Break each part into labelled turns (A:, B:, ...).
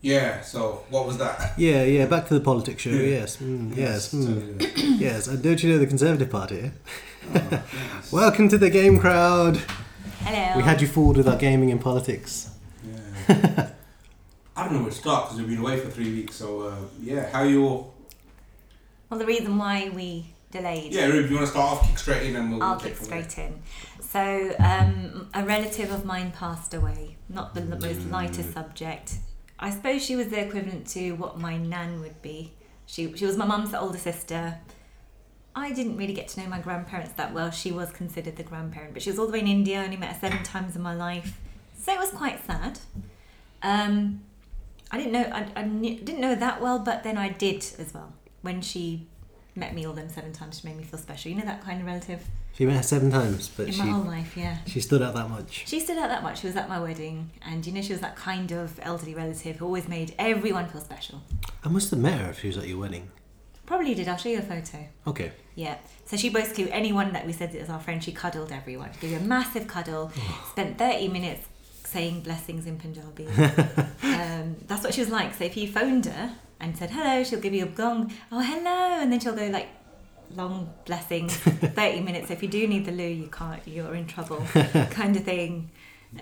A: Yeah, so what was that?
B: Yeah, yeah, back to the politics show. Yes, mm, yes, mm, yes. And don't you know the Conservative Party? Welcome to the game crowd.
C: Hello.
B: We had you fooled with our gaming and politics.
A: I don't know where to start because we've been away for three weeks. So uh, yeah, how you all?
C: well, the reason why we delayed.
A: Yeah, Rube, you want to start off? Kick straight in, and we'll
C: I'll
A: we'll take
C: kick
A: from there.
C: straight in. So, um, a relative of mine passed away. Not the l- most lighter
A: Mm.
C: subject. I suppose she was the equivalent to what my nan would be. She she was my mum's older sister. I didn't really get to know my grandparents that well. She was considered the grandparent, but she was all the way in India. I only met her seven times in my life, so it was quite sad. Um, I didn't know I, I knew, didn't know that well, but then I did as well when she met me all them seven times. She made me feel special. You know that kind of relative.
B: She met her seven times, but
C: In my
B: she
C: whole life, yeah.
B: she stood out that much.
C: She stood out that much. She was at my wedding, and you know, she was that kind of elderly relative who always made everyone feel special.
B: I must have met her if she was at your wedding.
C: Probably did. I'll show you a photo.
B: Okay.
C: Yeah. So she basically, anyone that we said is our friend, she cuddled everyone. She gave you a massive cuddle, spent 30 minutes saying blessings in Punjabi. um, that's what she was like. So if you phoned her and said hello, she'll give you a gong, oh, hello, and then she'll go like, long blessings, 30 minutes. If you do need the loo, you can't, you're in trouble, kind of thing.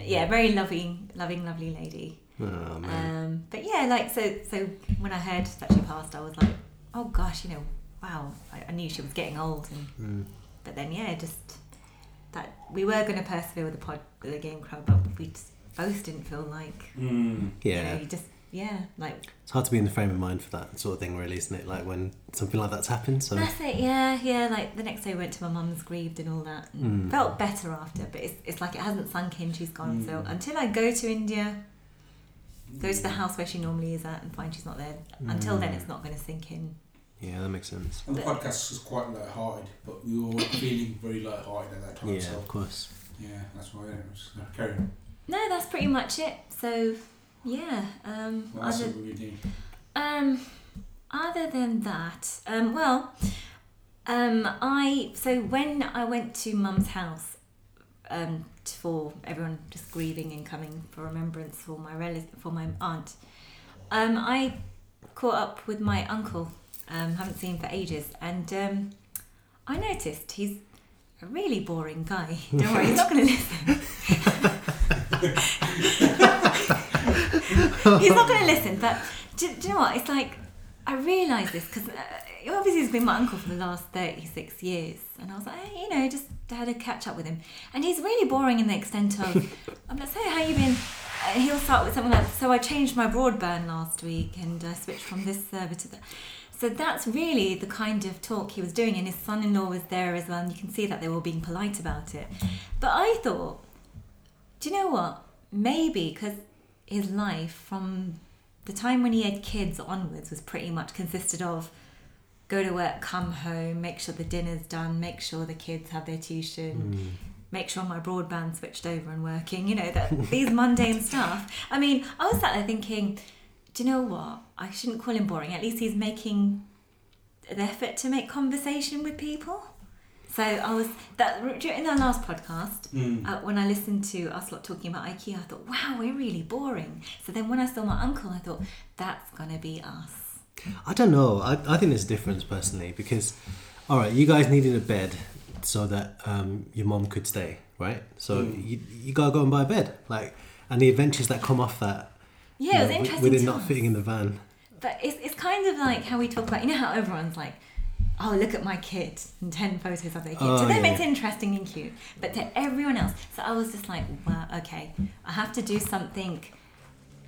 C: Yeah, very loving, loving, lovely lady.
B: Oh man.
C: Um, but yeah, like so. So when I heard that she passed, I was like, oh gosh, you know, wow. I, I knew she was getting old,
B: Mm,
C: and but then yeah, just that we were going to persevere with the pod, with the game crowd, but we just both didn't feel like
A: Mm.
C: you know,
B: Yeah,
C: you just yeah, like
B: it's hard to be in the frame of mind for that sort of thing, really, isn't it? Like when something like that's happened. So
C: that's it. Yeah, yeah. Like the next day, we went to my mum's grieved and all that. And
B: Mm.
C: Felt better after, but it's it's like it hasn't sunk in. She's gone. So
B: Mm.
C: until I go to India. Go to the house where she normally is at and find she's not there. Until
B: Mm.
C: then, it's not going to sink in.
B: yeah, that makes sense.
A: And the podcast was quite light-hearted, but we were all feeling very light-hearted at that time.
B: Yeah,
A: So
B: of course.
A: yeah, that's why it was carry on.
C: No, that's pretty much it. So, yeah. Um,
A: What else
C: other,
A: have we been doing?
C: um, other than that, um, well, um, I so when I went to Mum's house um, t- for everyone just grieving and coming for remembrance for my relative for my aunt, um, I caught up with my uncle. Um, haven't seen for ages, and um, I noticed he's a really boring guy. Don't worry, he's not going to listen. he's not going to listen. But do, do you know what? It's like I realised this because uh, obviously he's been my uncle for the last thirty six years, and I was like, hey, you know, just had a catch up with him, and he's really boring in the extent of I'm like, so how you been? And he'll start with something like, so I changed my broadband last week, and I switched from this server to that. So that's really the kind of talk he was doing, and his son-in-law was there as well, and you can see that they were all being polite about it. But I thought, do you know what? Maybe because his life from the time when he had kids onwards was pretty much consisted of go to work, come home, make sure the dinner's done, make sure the kids have their tuition, make sure my broadband switched over and working. You know that these mundane stuff. I mean, I was sat there thinking, do you know what? I shouldn't call him boring. At least he's making an effort to make conversation with people. So I was that during our last podcast, uh, when I listened to us lot talking about IKEA, I thought, wow, we're really boring. So then when I saw my uncle, I thought, that's gonna be us.
B: I don't know. I, I think there's a difference personally because, all right, you guys needed a bed so that um, your mom could stay, right? So you, you gotta go and buy a bed, like, and the adventures that come off that.
C: Yeah, it was
B: you know, wi-
C: interesting.
B: With it
C: to
B: not
C: us.
B: fitting in the van.
C: But it's, it's kind of like how we talk about, you know, how everyone's like, oh, look at my kid and 10 photos of their kid.
B: Oh,
C: to them,
B: yeah.
C: it's interesting and cute. But to everyone else, so I was just like, wow, okay, I have to do something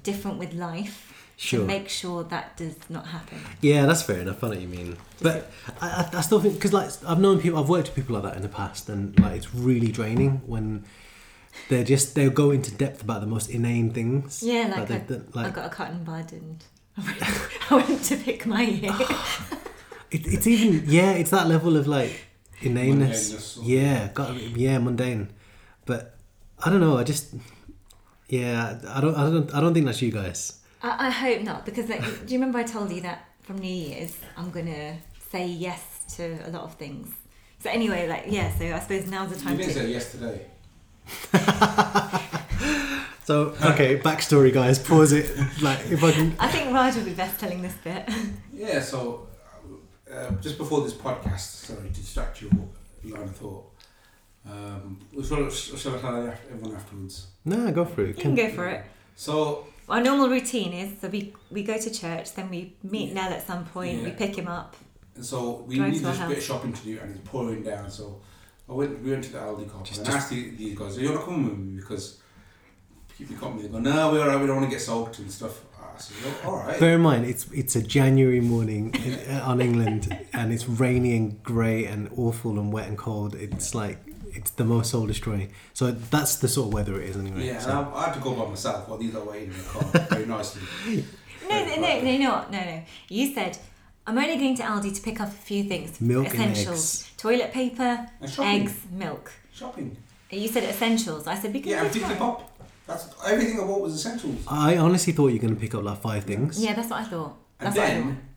C: different with life
B: Sure.
C: to make sure that does not happen.
B: Yeah, that's fair enough. I know what you mean, but I, I, I still think because like I've known people, I've worked with people like that in the past, and like it's really draining when they're just they'll go into depth about the most inane things.
C: Yeah, like,
B: they-
C: I,
B: that-
C: I
B: like
C: got a cotton bud and I went to pick my ear.
B: It, it's even yeah, it's that level of like
A: Mundaneness
B: inaneness.
A: or-
B: Yeah, got yeah, mundane. But I don't know. I just yeah, I don't, I don't, I don't think that's you guys.
C: I, I hope not, because like, do you remember I told you that from New Year's I'm gonna say yes to a lot of things. So anyway, like yeah, so I suppose now's the
A: Hmm. You
C: time
A: didn't
C: to.
A: say yesterday.
B: So okay, backstory, guys. Pause it. Like if I can.
C: I think Raj would be best telling this bit.
A: Yeah, so uh, just before this podcast, sorry to distract your line of thought. Um, shall, I- shall I tell af- everyone afterwards?
B: No, go for
C: You
B: it.
C: can go for it.
A: So
C: Our normal routine is so we we go to church, then we meet Nell at some point, we
A: Yeah.
C: pick him up.
A: so we
C: Drive
A: need
C: to our
A: this bit of
C: house.
A: shopping to do, and it's pouring down. So I went. We went to the Aldi cop
B: Just-
A: and I asked the- these guys, "Are you gonna come with me?" Because people got me. They go, "No, we're alright. We don't want to get soaked and stuff." I said, "No, "All right."
B: Bear in mind, it's it's a January morning in, uh, on England, and it's rainy and grey and awful and wet and cold. It's like it's the most soul destroying. So that's the sort of weather it is anyway.
A: Yeah, um, and
B: so.
A: I, I had to go by myself while these are waiting in the car very nicely.
C: No, no, no, no, no, no, no. You said I'm only going to Aldi to pick up a few things.
B: Milk and
C: essentials, toilet paper,
A: And shopping.
C: eggs, milk.
A: Shopping.
C: You said essentials. I said because
A: Yeah, and Disney Pop. That's everything I bought was essentials.
B: I honestly thought you were going to pick up like five things.
C: Yeah, that's what I thought.
A: And
C: That's what I thought.
A: then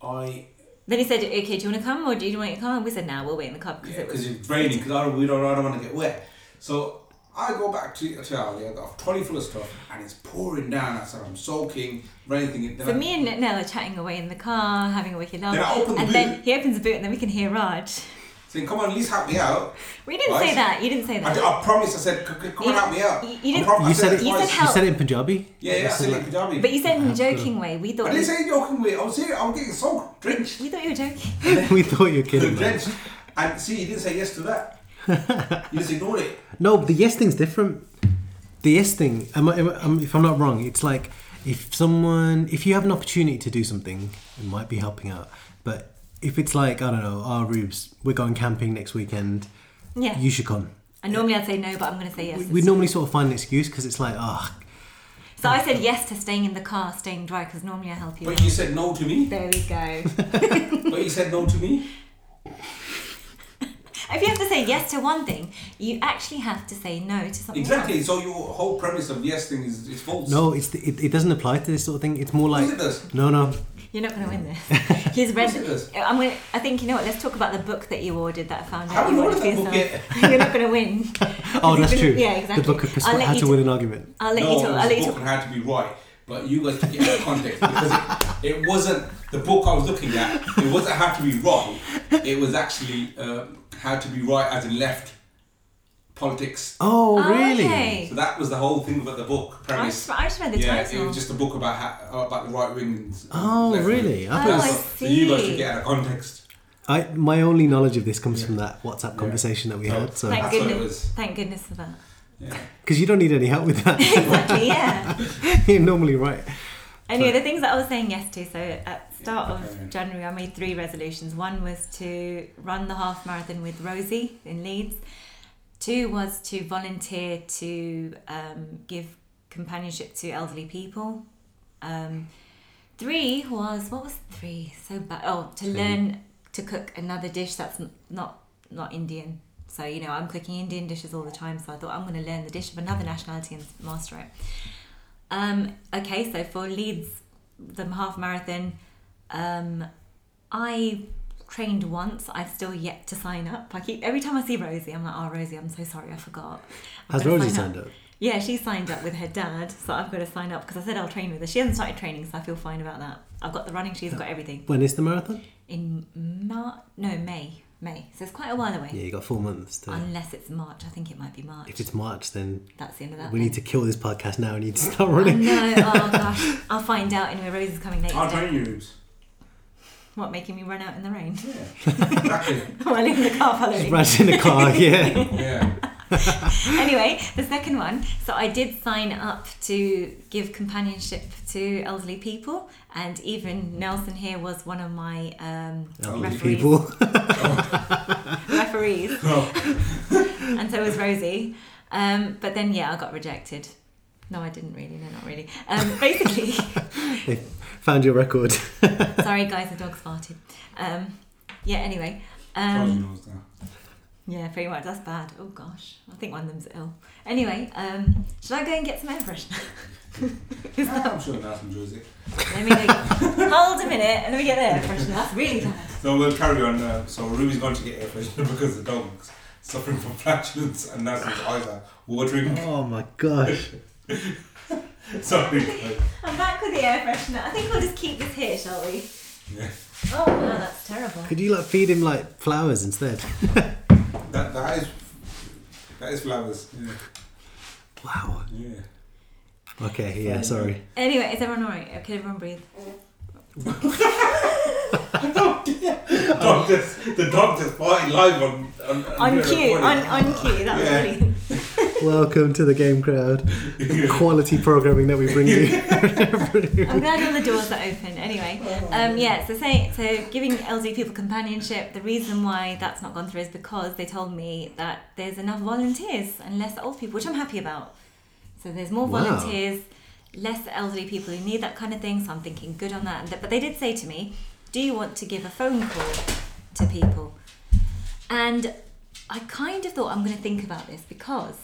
A: I
C: Then he said, "Okay, do you want to come or do you want to come?" And we said, "No, we'll wait in the car because
A: yeah,
C: it was."
A: because it's raining because I don't, we don't, I don't want to get wet. So I go back to to Aldi. I got a trolley full of stuff and it's pouring down outside. I'm soaking, raining. Then
C: So
A: I,
C: me and Nell are chatting away in the car, having a wicked laugh,
A: Then I open the
C: and then
A: boot.
C: he opens the boot, and then we can hear Raj.
A: saying, "Come on, at least help me out."
C: We didn't
A: Right.
C: say that. You didn't say
A: I,
C: that.
A: I promised. I said, "C- c- "Come on,
C: You-
A: help me out."
C: you- you
A: I
C: didn't-
A: prom- I
B: You said it.
C: You
A: twice.
C: said
B: You
C: help.
B: said it in Punjabi.
A: Yeah, yeah. I said it in Punjabi.
C: But you said in a
B: have to-
C: joking way. We
A: I
C: thought
A: didn't
C: you,
A: say it joking with. I was serious. I was getting soaked, drenched,
C: we thought you were joking.
B: we thought you were kidding. man.
A: drenched. And see, you didn't say yes to that. you just ignored it.
B: No, but the yes thing's different. The yes thing, am I, am I- um, if I'm not wrong, it's like if someone, if you have an opportunity to do something, it might be helping out. But if it's like, I don't know, our Rubes, we're going camping next weekend,
C: Yeah.
B: you should come.
C: and normally I'd say no, but I'm going to say yes.
B: We, we normally sort of find an excuse because it's like, oh,
C: so I said yes to staying in the car, staying dry, because normally I help you.
A: But you said no to me.
C: there we go.
A: But you said no to me.
C: if you have to say yes to one thing, you actually have to say no to something.
A: Exactly.
C: Else.
A: So your whole premise of yes thing is, is false.
B: no, it's the, it, it doesn't apply to this sort of thing. It's more
A: Look
B: like,
A: at this.
B: no, no,
C: You're not going to win this. He's read.
A: Yes, it is.
C: I'm going. to I think you know what. Let's talk about the book that you ordered that I found
A: I
C: out
A: haven't
C: you
A: ordered that
C: for
A: book
C: yourself. You're not going to win.
B: oh, that's
C: been-
B: true.
C: yeah, exactly.
B: The book of
C: I'll
B: persuasion,
C: let
B: how
C: you
B: to
C: t-
B: win an argument.
C: I'll let
A: no,
C: you talk. I'll let
A: it
C: you
A: was a book
C: talk.
A: on how to be right, but you guys took it out of context because it, it wasn't the book I was looking at. It wasn't how to be wrong. It was actually uh, how to be right as in left politics.
B: Oh, really?
C: Okay.
A: So that was the whole thing about the book
C: I
A: premise.
C: just, I just read the
A: yeah,
C: title.
A: it was just a book about how, about the right wing. and
B: Oh,
A: left wing.
B: really? I
C: Oh, I
B: thought
A: So you guys
C: see.
A: took it out of context.
B: I my only knowledge of this comes from that WhatsApp conversation that we
A: Oh.
B: had. So
C: Thank
A: That's what it
C: goodness.
A: was.
C: Thank goodness for that.
A: Yeah.
B: because you don't need any help with that,
C: exactly. Yeah.
B: you're normally right.
C: Anyway, the things that I was saying yes to. So at the start
A: okay.
C: of January, I made three resolutions. One was to run the half marathon with Rosie in Leeds. Two was to volunteer to um, give companionship to elderly people. Um, three was what was three? So bad. Oh, to learn to cook another dish that's n- not not Indian. So you know, I'm cooking Indian dishes all the time. So I thought I'm going to learn the dish of another nationality and master it. Um, okay, so for Leeds, the half marathon, um, I trained once. I've still yet to sign up. I keep every time I see Rosie, I'm like, "Oh, Rosie, I'm so sorry, I forgot." I'm
B: Has
C: gonna
B: Rosie
C: sign
B: signed up?
C: Yeah, she signed up with her dad, so I've got to sign up because I said I'll train with her. She hasn't started training, so I feel fine about that. I've got the running shoes, got everything
B: When is the marathon?
C: in Mar No, May, May. So it's quite a while away.
B: Yeah, you got four months to.
C: Unless it's March, I think it might be March.
B: If it's March, then
C: That's the end of that.
B: we
C: then.
B: need to kill this podcast now. We need to start
C: I
B: running.
C: know. Oh gosh, I'll find out anyway. Rosie's coming later.
A: I'll
C: today.
A: train you. Rubes.
C: What making me run out in the rain?
A: Yeah. Exactly.
C: While in the car following.
B: Rush in the car. Yeah.
A: Yeah.
C: Anyway, the second one. So I did sign up to give companionship to elderly people, and even Nelson here was one of my um,
B: Elderly
C: referees.
B: people.
C: referees,
A: Oh.
C: and so was Rosie. Um, but then yeah, I got rejected. No, I didn't really. No, not really. Um, basically,
B: They found your record.
C: sorry guys, the dog's farted. Um, yeah. Anyway.
A: Charlie
C: Um,
A: knows that.
C: yeah, pretty much. That's bad. Oh gosh, I think one of them's ill. Anyway, um, should I go and get some air freshener?
A: Ah, I'm sure Nelson enjoys it.
C: let me go, hold a minute and let me get air freshener. That's really bad.
A: No, we'll carry on. Uh, so Ruby's going to get air freshener because the dog's suffering from flatulence and Nelson's eyes are watering.
B: oh my gosh.
A: Sorry. guys.
C: I'm back with the air freshener. I think we'll just keep this here, shall we?
A: Yeah.
C: Oh wow, that's terrible.
B: Could you like feed him like flowers instead?
A: That, that is that is flowers. Yeah.
B: wow.
A: yeah.
B: Okay, yeah, sorry.
C: Anyway, is everyone alright? Okay, everyone breathe.
A: Dog just, the dog just farted live on on, on,
C: On
A: your
C: cue,
A: recording.
C: on, on cue. That was
A: Yeah.
C: brilliant.
B: Welcome to the game crowd. Quality programming that we bring you.
C: I'm glad all the doors are open. Anyway, um, yeah, so saying so giving elderly people companionship. The reason why that's not gone through is because they told me that there's enough volunteers and less old people, which I'm happy about. So there's more
B: Wow.
C: volunteers, less elderly people who need that kind of thing. So I'm thinking good on that. But they did say to me, "Do you want to give a phone call to people?" And I kind of thought I'm going to think about this because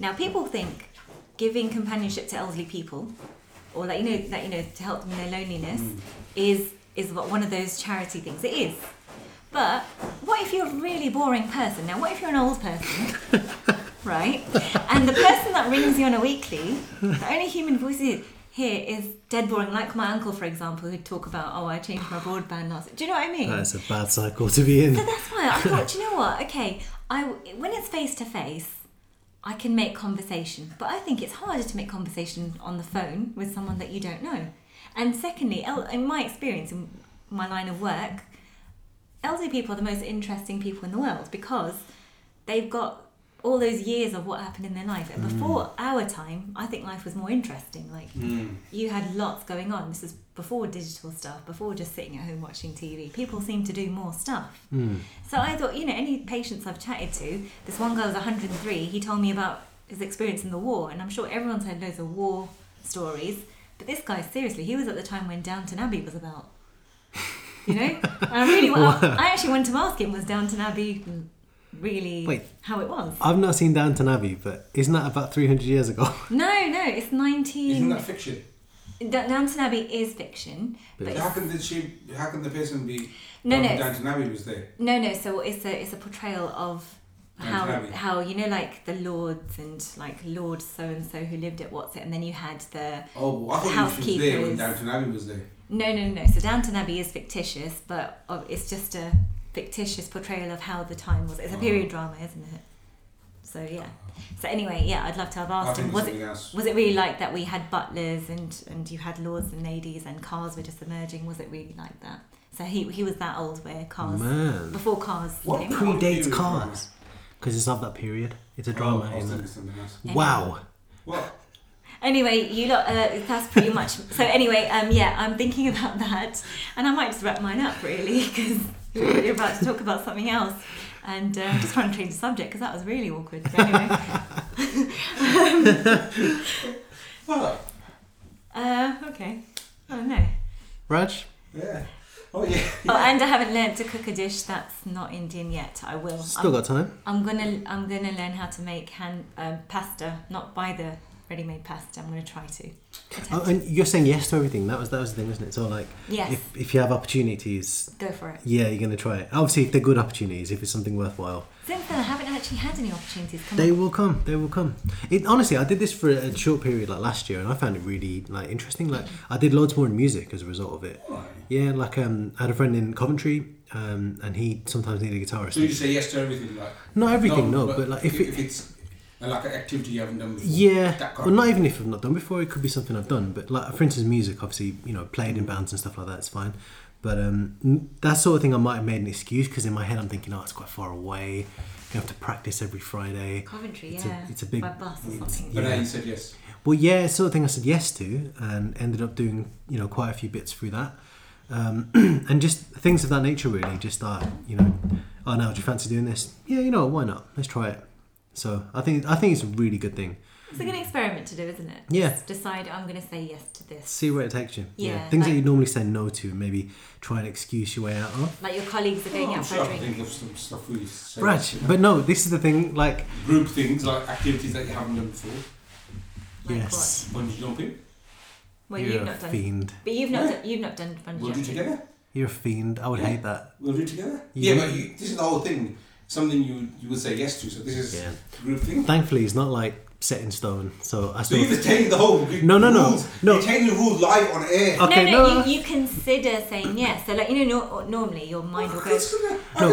C: now people think giving companionship to elderly people or like you know that you know to help them in their loneliness is is what one of those charity things it is but what if you're a really boring person now what if you're an old person right and the person that rings you on a weekly the only human voice you hear is dead boring like my uncle for example who'd talk about oh i changed my broadband last do you know what i mean
B: That's a bad cycle to be in.
C: so that's why I thought, "Do you know what? Okay, I when it's face to face, I can make conversation. But I think it's harder to make conversation on the phone with someone that you don't know. And secondly, el- in my experience in my line of work, elderly people are the most interesting people in the world because they've got all those years of what happened in their life. And before our time, I think life was more interesting. Like you had lots going on. This is before digital stuff, before just sitting at home watching TV. People seem to do more stuff. So I thought, you know, any patients I've chatted to, this one guy was 103, he told me about his experience in the war, and I'm sure everyone's heard loads of war stories, but this guy, seriously, he was at the time when Downton Abbey was about. You know? and I really, well, I actually wanted to ask him, was Downton Abbey really
B: Wait.
C: how it was?
B: I've not seen Downton Abbey, but isn't that about 300 years ago?
C: No, no, it's 19.
A: Isn't that fiction?
C: Da- Downton Abbey is fiction, but
A: How can the she? How can the person be?
C: No,
A: um,
C: no.
A: Downton Abbey was there.
C: No, no. So it's a it's a portrayal of how
A: Downton Abbey.
C: how you know like the lords and like Lord so and so who lived at what's it, and then you had the
A: Oh, I thought she was there when
C: housekeepers.
A: Downton Abbey was there.
C: No, no, no. So Downton Abbey is fictitious, but uh, it's just a fictitious portrayal of how the time was. It's a period drama, isn't it? So yeah. So anyway, yeah, I'd love to have
A: I
C: asked
A: think it's
C: him. Was it
A: something else.
C: was it really like that? We had butlers and and you had lords and ladies, and cars were just emerging. Was it really like that? So he he was that old where cars
B: Man.
C: before cars.
A: What
C: came.
A: pre- Period
B: Predates
A: drama.
B: cars. Because it's of that period. It's a
A: Oh,
B: drama,
A: I was
B: isn't
A: thinking
B: it?
A: something else.
B: Wow.
A: What?
C: Anyway, you lot, uh, that's pretty much. So anyway, um, yeah, I'm thinking about that, and I might just wrap mine up really because we're about to talk about something else, and uh, I'm just trying to change the subject because that was really awkward. So anyway,
A: What?
C: uh, okay. Oh no.
B: Raj?
A: Yeah. Oh yeah.
C: Oh, and I haven't learnt to cook a dish that's not Indian yet. I will.
B: Still
C: I'm,
B: got time.
C: I'm gonna I'm gonna learn how to make hand um, pasta, not buy the ready-made pasta. I'm gonna try to.
B: Oh, and you're saying yes to everything. That was that was the thing, isn't it? So like,
C: Yes.
B: if, if you have opportunities,
C: Go for it.
B: yeah, you're gonna try it. Obviously, if they're good opportunities, if it's something worthwhile,
C: Since then, I haven't actually had any opportunities. Come
B: They
C: on.
B: will come. They will come. It honestly, I did this for a short period like last year, and I found it really like interesting. Like I did loads more in music as a result of it. Yeah, like um, I had a friend in Coventry, um, and he sometimes needed a guitarist.
A: So you say yes to everything, like
B: Not everything, no, but, like if,
A: if,
B: it,
A: it's uh, like an activity you haven't done before,
B: yeah,
A: that kind
B: well, not
A: of-
B: even if I've not done before, it could be something I've done. But like, for instance, music, obviously, you know, played in bands and stuff like that, it's fine. But um, n- that sort of thing, I might have made an excuse because in my head, I'm thinking, oh, it's quite far away. You have to practice every Friday.
C: Coventry,
B: It's a-
C: yeah.
B: it's a big-
C: by bus or something.
A: But
B: yeah.
A: now you said yes.
B: Well, yeah, it's sort of thing I said yes to, and ended up doing you know quite a few bits through that, um, and just things of that nature really. Just uh, you know, oh no, do you fancy doing this? Yeah, you know, why not? Let's try it. So I think I think it's a really good thing.
C: It's a good experiment to do, isn't it?
B: Yeah.
C: Just decide I'm going to say yes to this.
B: See where it takes you.
C: Yeah,
B: Things that
C: like-
B: you normally say no to, maybe try and excuse your way out of.
C: Like your colleagues are going
A: I'm
C: out for
A: Oh, sure
C: a
A: I can
C: drink.
A: think of some stuff we said.
B: Brad, but no, this is the thing. Like,
A: Group things like activities that you haven't done before.
C: Like
B: yes,
A: Bungee jumping.
C: Well,
B: you're
C: you've
B: a
C: not done.
B: fiend.
C: But you've not
A: Yeah.
C: done, you've not done bungee
A: We'll do
C: jumping.
A: together.
B: You're a fiend. I would
A: Yeah.
B: hate that.
A: We'll do together.
B: You-
A: Yeah, but you, this is the whole thing. Something you you would say yes to. So this is
B: Yeah.
A: group thing.
B: Thankfully, it's not like set in stone. So I
A: So
B: still.
A: you've attained the whole. group
B: No, no, no,
A: rules.
B: no.
A: You're changing the rule live on air.
B: Okay,
C: no, no,
B: no.
C: You, you consider saying yes. So, like, you know, nor normally your mind will
A: I
C: go,
A: can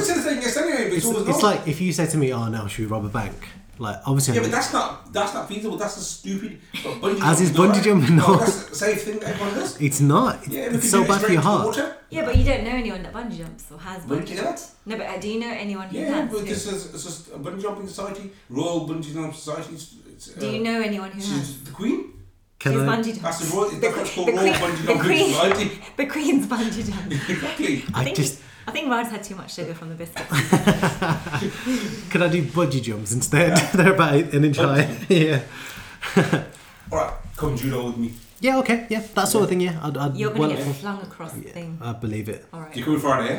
A: say saying yes anyway, but it's,
B: it's,
A: always
B: it's
A: no.
B: like if you say to me, "Oh, now should we rob a bank?" Like, obviously,
A: yeah,
B: I'm-
A: but that's not that's not feasible. That's a stupid. But bungee
B: As is
A: jumping,
B: bungee jumping, no.
A: Oh, that's the same thing that everyone does.
B: it's not.
A: Yeah, if
B: it's
A: you
B: so
A: do it
B: bad for
A: straight
B: your
A: into the
B: heart.
A: water,
C: yeah, but you don't know anyone that bungee jumps or has
A: Bungee
C: bungee
A: jumped?
C: jumped. No, but uh, do you know anyone who
A: Yeah,
C: has?
A: but
C: who-
A: this is it's just a bungee jumping society, Royal Bungee Jumping Society. It's, it's,
C: do you
A: uh,
C: know anyone who has?
A: She's the Queen.
B: Can
C: Who's
B: I-
C: bungee
A: That's
C: jumped?
A: the Royal. That's what's called
C: the
A: Royal
C: Queen-
A: Bungee
C: the
A: Jumping
C: Queen.
A: Society.
C: The Queen's bungee jump.
A: Exactly.
B: I
C: think
B: just
C: I think Rod's had too much sugar from the biscuits.
B: could I do bungee jumps instead? They're about an inch high. yeah.
A: All right, come judo with me.
B: Yeah. Okay. Yeah. That sort of thing. Yeah. I'd. I'd
C: You're going to
B: well- uh,
C: get flung across the thing.
B: I believe it.
C: All right.
A: You're coming Friday,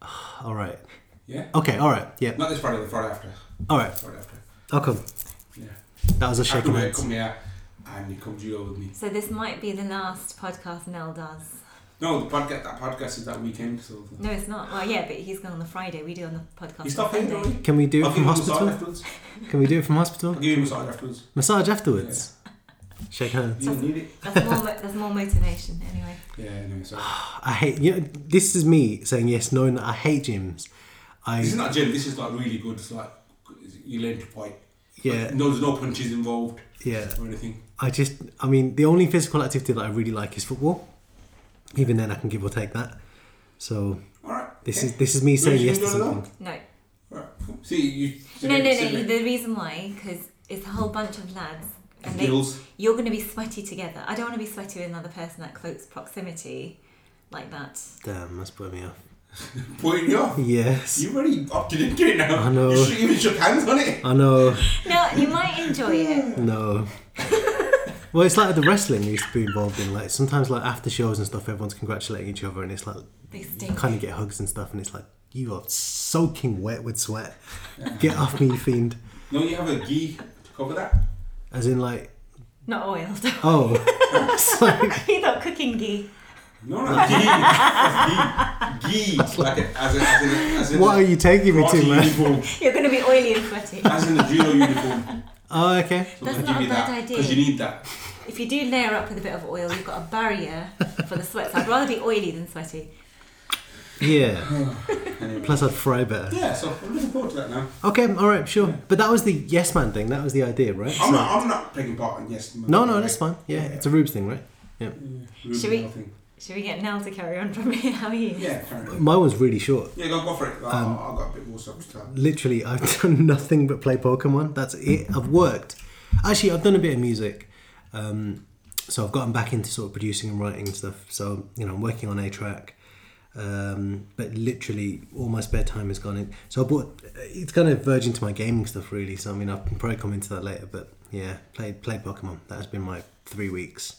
A: eh?
B: All right.
A: yeah?
B: Okay. All right. Yeah.
A: Not this Friday, the Friday after.
B: All right.
A: Friday after.
B: I'll come.
A: Yeah.
B: That was a
A: After
B: shaking
A: work,
B: hands.
A: come here and you come judo with me.
C: So this might be the last podcast Nell does.
A: No, the podcast that podcast is that weekend, so
C: No, it's not. Well, yeah, but he's gone on the Friday. We do on the podcast.
A: he's
C: on
A: not paying,
C: Sunday.
A: don't we?
B: Can we do
A: I'll give
B: it from
A: him a massage
B: hospital?
A: afterwards.
B: Can we do it from
A: I'll
B: hospital?
A: give him a massage afterwards.
B: Massage afterwards. Shake hands.
A: You don't need it.
C: That's more. mo- There's more motivation anyway.
A: Yeah, anyway, so
B: I hate. You know, this is me saying yes, knowing that I hate gyms. I
A: this is not gym, this is like really good. It's like you learn to fight.
B: yeah
A: No there's no punches involved
B: yeah.
A: or anything.
B: I just. I mean, the only physical activity that I really like is football. Even then, I can give or take that. So
A: Alright.
B: this
A: okay.
B: is this is me saying
A: should
B: yes
A: we
B: to
A: go along?
B: something.
C: No,
A: Alright, cool. See you
C: no, no, no. The reason why, because it's a whole bunch of lads, and they,
A: Girls.
C: you're going to be sweaty together. I don't want to be sweaty with another person at close proximity, like that.
B: Damn, that's put me off.
A: Pointing you off.
B: Yes,
A: You've already opted into it now.
B: I know.
A: You should even shook hands on it.
B: I know.
C: No, you might enjoy it.
B: No. well, it's like the wrestling we used to be involved in. Like sometimes, like after shows and stuff, everyone's congratulating each other, and it's like
C: They
B: you
C: stink.
B: kind of get hugs and stuff, and it's like you are soaking wet with sweat. Get off me, you fiend!
A: No, you have a gi to cover that.
B: As in, like,
C: Not oiled.
B: oh, it's
A: Oh.
B: like,
C: you thought cooking ghee.
A: No, no, gi. That's gi. Gi. Like a, as, a, as, in a, as in
B: what
A: a
B: are you taking me
A: karate
B: to, man?
A: uniform.
C: You're going to be oily and sweaty.
A: As in a judo uniform.
B: Oh, okay.
C: That's
A: I'll give
C: not a
A: you
C: bad
A: that,
C: idea.
A: Because you need that.
C: If you do layer up with a bit of oil, you've got a barrier for the sweat. So I'd rather be oily than sweaty.
B: Yeah.
A: Anyway.
B: Plus, I'd fry better.
A: Yeah, so I'm looking forward to that now.
B: Okay, all right, sure. But that was the yes man thing. That was the idea, right?
A: I'm not, I'm not taking part in yes.
B: No, no, that's fine. Yeah, it's a Rubes thing, right? Yeah.
C: Should we- Should we get Nell to carry on from here? How are you?
A: Yeah, fair enough.
B: Mine was really short.
A: Yeah, go, go for it. Like,
B: Um,
A: I've got a bit more stuff to tell.
B: Literally, I've done nothing but play Pokemon. That's it. I've worked. Actually, I've done a bit of music. Um, so I've gotten back into sort of producing and writing stuff. So, you know, I'm working on a track. Um, but literally, all my spare time has gone in. So I bought. It's kind of verging to my gaming stuff, really. So I mean, I'll probably come into that later. But yeah, played played Pokemon. That has been my three weeks.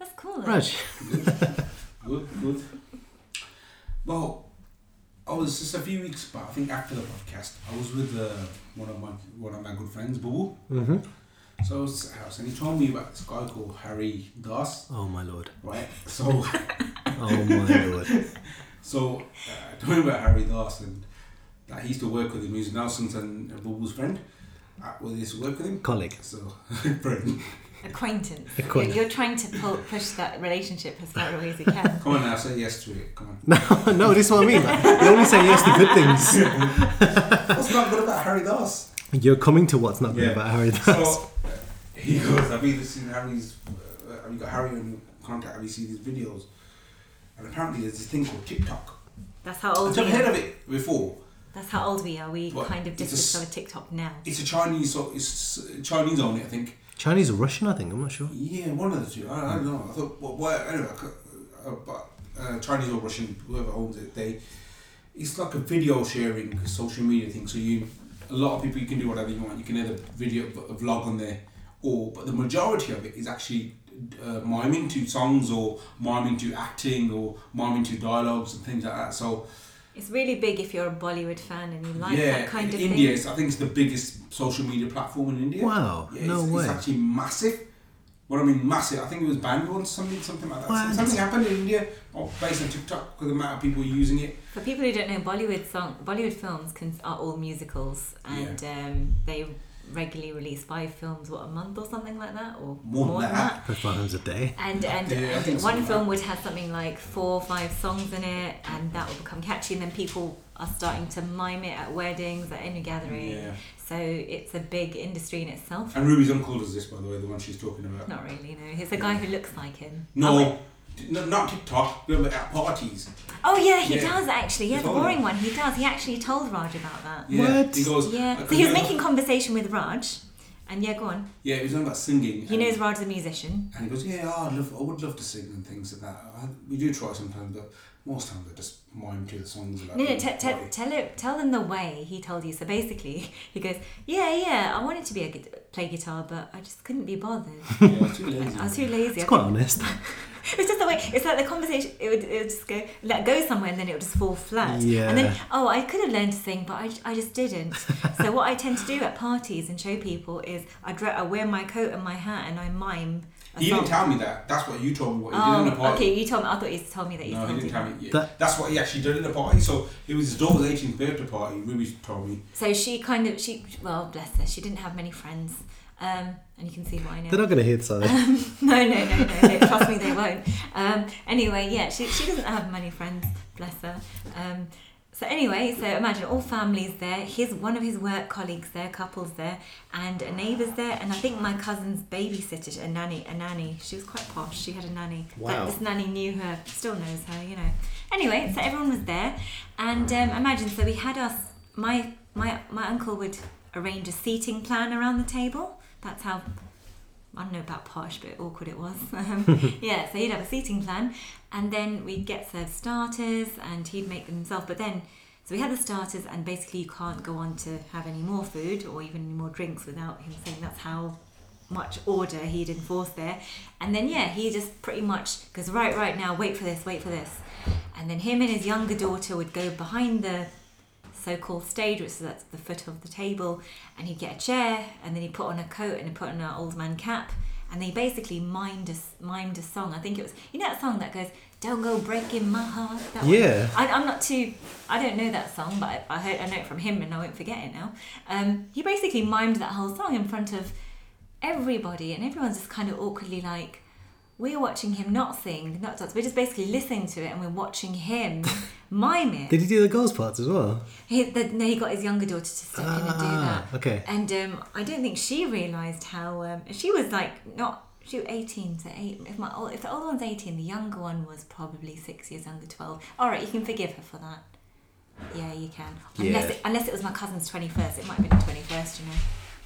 C: That's cool. though.
B: Raj,
A: Good, good. Well, I was just a few weeks back. I think after the podcast, I was with uh, one of my one of my good friends, Boo.
B: hmm
A: So I was at his house, and he told me about this guy called Harry Das.
B: Oh my lord.
A: Right. So.
B: Oh my lord.
A: So, uh, talking about Harry Dawson, that he used to work with him. He was Nelson's and Bubble's friend. Uh, well, they used to work with him.
B: Colleague.
A: So, friend.
C: eh? Acquaintance.
B: Acquaintance.
C: You're, you're trying to pull, push that relationship as far away as you can.
A: Come on now, say yes to it. Come on.
B: No, no, this is what I mean. Like, you only say yes to good things.
A: What's not good about Harry Dawson?
B: You're coming to what's not good
A: Yeah.
B: about Harry.
A: So, uh, he goes, Have you seen Harry's. Uh, have you got Harry in contact? Have you seen these videos? And apparently, there's this thing called TikTok.
C: That's how
A: I've
C: old we
A: never heard
C: are.
A: of it before.
C: That's how old we are. We
A: What?
C: kind of
A: It's
C: just
A: a s-
C: discovered TikTok now.
A: It's a Chinese, so it's uh, Chinese only, I think.
B: Chinese or Russian, I think. I'm not sure.
A: Yeah, one of the two. I, I don't know. I thought, well, well anyway, I cou- uh, but uh, Chinese or Russian, whoever owns it, they it's like a video sharing social media thing. So you a lot of people you can do whatever you want. You can either video a vlog on there, or but the majority of it is actually uh, miming to songs or miming to acting or miming to dialogues and things like that. So
C: It's really big if you're a Bollywood fan and you like
A: yeah,
C: that kind
A: in
C: of
A: India,
C: thing.
A: it's- I think it's the biggest social media platform in India.
B: Wow,
A: Yeah,
B: no
A: it's,
B: way.
A: It's actually massive. What I mean, massive. I think it was banned once, something, something like that.
B: What?
A: Something happened in India oh, based on TikTok because the amount of people using it.
C: For people who don't know, Bollywood song, Bollywood films can, are all musicals, and um, they regularly release five films, what a month or something like that, or
A: More than that.
B: for five times a day.
C: And and,
A: Yeah, I
C: and
A: think so,
C: one
A: yeah.
C: film would have something like four or five songs in it, and that will become catchy, and then people are starting to mime it at weddings, at any gathering.
A: Yeah.
C: So it's a big industry in itself.
A: And Ruby's uncle does this, by the way, the one she's talking about.
C: Not really, no. He's a guy who looks like him. Oh,
A: No, t- no not TikTok. Remember at parties.
C: oh yeah, he
A: Yeah.
C: does actually. Yeah,
A: He's
C: the
A: older.
C: boring one. He does. He actually told Raj about that.
A: Yeah,
B: What?
A: He goes. uh,
C: Yeah.
A: like,
C: So he was
A: you know-
C: making conversation with Raj, and yeah, go on.
A: Yeah, he was on about singing.
C: He
A: and-
C: knows Raj is a musician.
A: And he goes, yeah, oh, I love, I would love to sing and things like that. I, we do try sometimes, but most times I just mime to the songs. Like
C: No, no, t- t- tell it, tell them the way he told you. So basically, he goes, "Yeah, yeah, I wanted to be a gu- play guitar, but I just couldn't be bothered.
A: yeah, it's too lazy.
C: I was too lazy.
B: It's
C: I
B: quite honest.
C: It's just the way. It's like the conversation. It would, it would just go let go somewhere, and then it would just fall flat.
B: Yeah.
C: And then oh, I could have learned to sing, but I, I just didn't. so what I tend to do at parties and show people is I, dre- I wear my coat and my hat and I mime. A
A: He
C: song.
A: didn't tell me that. That's what you told me. What he did in the
C: Oh,
A: party.
C: okay. You told me. I thought you told me that you
A: No, he
C: told
A: didn't
C: me.
A: tell me. Yeah.
B: That-
A: That's what he actually did in the party. So it was his daughter's 18th birthday party. Ruby told me.
C: So she kind of she well bless her. She didn't have many friends. Um, and you can see why now.
B: They're not going to hear this, are they?
C: No, no, no, no, no. Trust me, they won't. Um, anyway, yeah, she, she doesn't have many friends, bless her. Um, so anyway, so imagine all families there. His one of his work colleagues there, couples there, and a neighbour's there, and I think my cousin's babysitter, a nanny, a nanny. She was quite posh. She had a nanny.
B: Wow.
C: But this nanny knew her, still knows her, you know. Anyway, so everyone was there, and um, imagine. So we had us. My my my uncle would arrange a seating plan around the table. That's how I don't know about posh, but awkward it was. Um, yeah, so he'd have a seating plan, and then we'd get served starters, and he'd make them himself. But then, so we had the starters, and basically you can't go on to have any more food or even any more drinks without him saying that's how much order he'd enforced there. And then yeah, he just pretty much goes right, right now, wait for this, wait for this, and then him and his younger daughter would go behind the so-called stage, which is at the foot of the table, and he'd get a chair, and then he put on a coat and he put on an old man cap, and they basically mimed a s- mimed a song. I think it was you know that song that goes "Don't go breaking my heart." That one?
B: Yeah.
C: I, I'm not too. I don't know that song, but I, I heard I know it from him, and I won't forget it now. Um, he basically mimed that whole song in front of everybody, and everyone's just kind of awkwardly like. We're watching him not sing, not dance. We're just basically listening to it, and we're watching him mime it.
B: Did he do the girls' parts as well?
C: He, the, no, he got his younger daughter to step in and do
B: Ah,
C: that.
B: okay.
C: And um, I don't think she realised how um, she was like not she was eighteen to eight. If my old, if the older one's eighteen, the younger one was probably six years younger, twelve. All right, you can forgive her for that. Yeah, you can. Unless
B: Yeah.
C: it, unless it was my cousin's twenty first, it might have been twenty first. You know,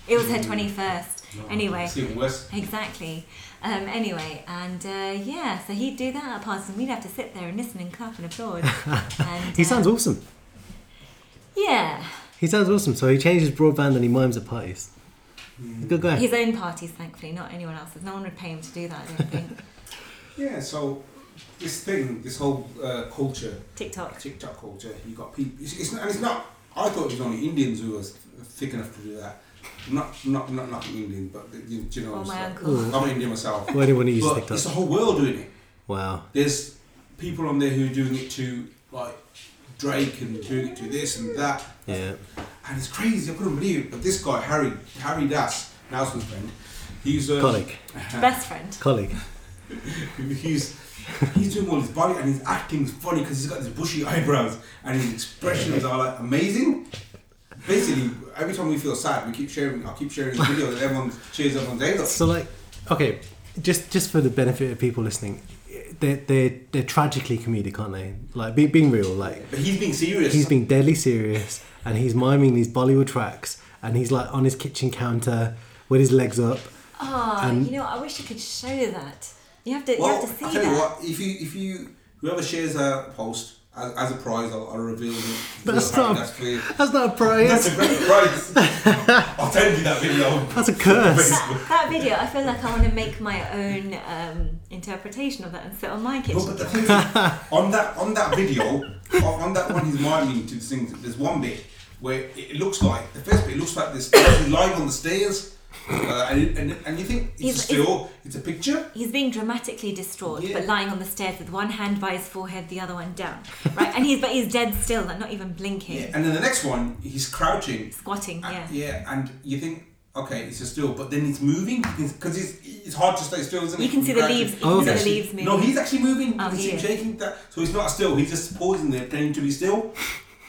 C: it was
B: Mm.
C: her twenty first. Anyway,
A: It's even worse.
C: Exactly. Um, anyway, and uh, yeah, so he'd do that at parties, and we'd have to sit there and listen and clap and applaud. and,
B: He sounds
C: um,
B: awesome.
C: yeah,
B: He sounds awesome. So he changes broadband and he mimes at parties. He's a Good guy.
C: his own parties, thankfully, not anyone else's. No one would pay him to do that. I don't think.
A: Yeah, so this thing, this whole uh, culture,
C: TikTok.
A: TikTok culture, you got people. It's, it's, and it's not. I thought it was only Indians who was thick enough to do that. Not not not not Indian, but you, you know.
C: Or
A: it's
C: Oh, my
A: like-
C: uncle.
A: I'm not Indian myself.
B: Why anyone who uses
A: But it's the
B: TikTok?
A: whole world doing it.
B: Wow.
A: There's people on there who are doing it to like Drake and doing it to this and that,
B: Yeah.
A: and it's crazy. I couldn't believe it. But this guy Harry Harry Das, now's my friend. He's um,
B: Colleague.
C: Best friend.
B: Colleague.
A: he's he's doing all his body and his acting's funny because he's got these bushy eyebrows and his expressions are like amazing. Basically, every time we feel sad, we keep sharing. I keep sharing the video that everyone cheers everyone's eyes up.
B: So like, okay, just just for the benefit of people listening, they're they're, they're tragically comedic, aren't they? Like be, being real, like
A: But he's being serious.
B: he's being deadly serious and he's miming these Bollywood tracks and he's like on his kitchen counter with his legs up.
C: Oh,
B: Um,
C: you know, I wish you could show that. You have to.
A: well,
C: you have to
A: I
C: see
A: tell you
C: that.
A: what, if you if you whoever shares a post As, as a prize, I'll, I'll reveal it.
B: That's
A: Apparently
B: not-
A: That's clear.
B: That's not a prize.
A: That's a great prize. I'll send you that video.
B: That's a curse.
C: That, that video, I feel like I want to make my own um, interpretation of that and sit on my
A: No,
C: kitchen.
A: but the thing is, on that on that video, on, on that one, he's miming to sing. There's one bit where it looks like the first bit looks like this he's live on the stairs, uh, and, and and you think it's a
C: He's-
A: still, it's a picture.
C: He's being dramatically distraught,
A: Yeah.
C: but lying on the stairs with one hand by his forehead, the other one down. Right, and he's but he's dead still, like not even blinking,
A: Yeah. And then the next one, he's crouching.
C: squatting. Yeah.
A: And, yeah, and you think. Okay, it's a still, but then it's moving because it's, it's hard to stay still, isn't it?
C: You can
A: He's
C: see the
A: crouching.
C: leaves. You
B: Oh,
C: can see
B: okay.
C: the leaves moving.
A: No, he's actually moving.
C: Oh,
A: you can
C: he
A: see him
C: is.
A: shaking that. So he's not still. He's just pausing there, pretending to be still.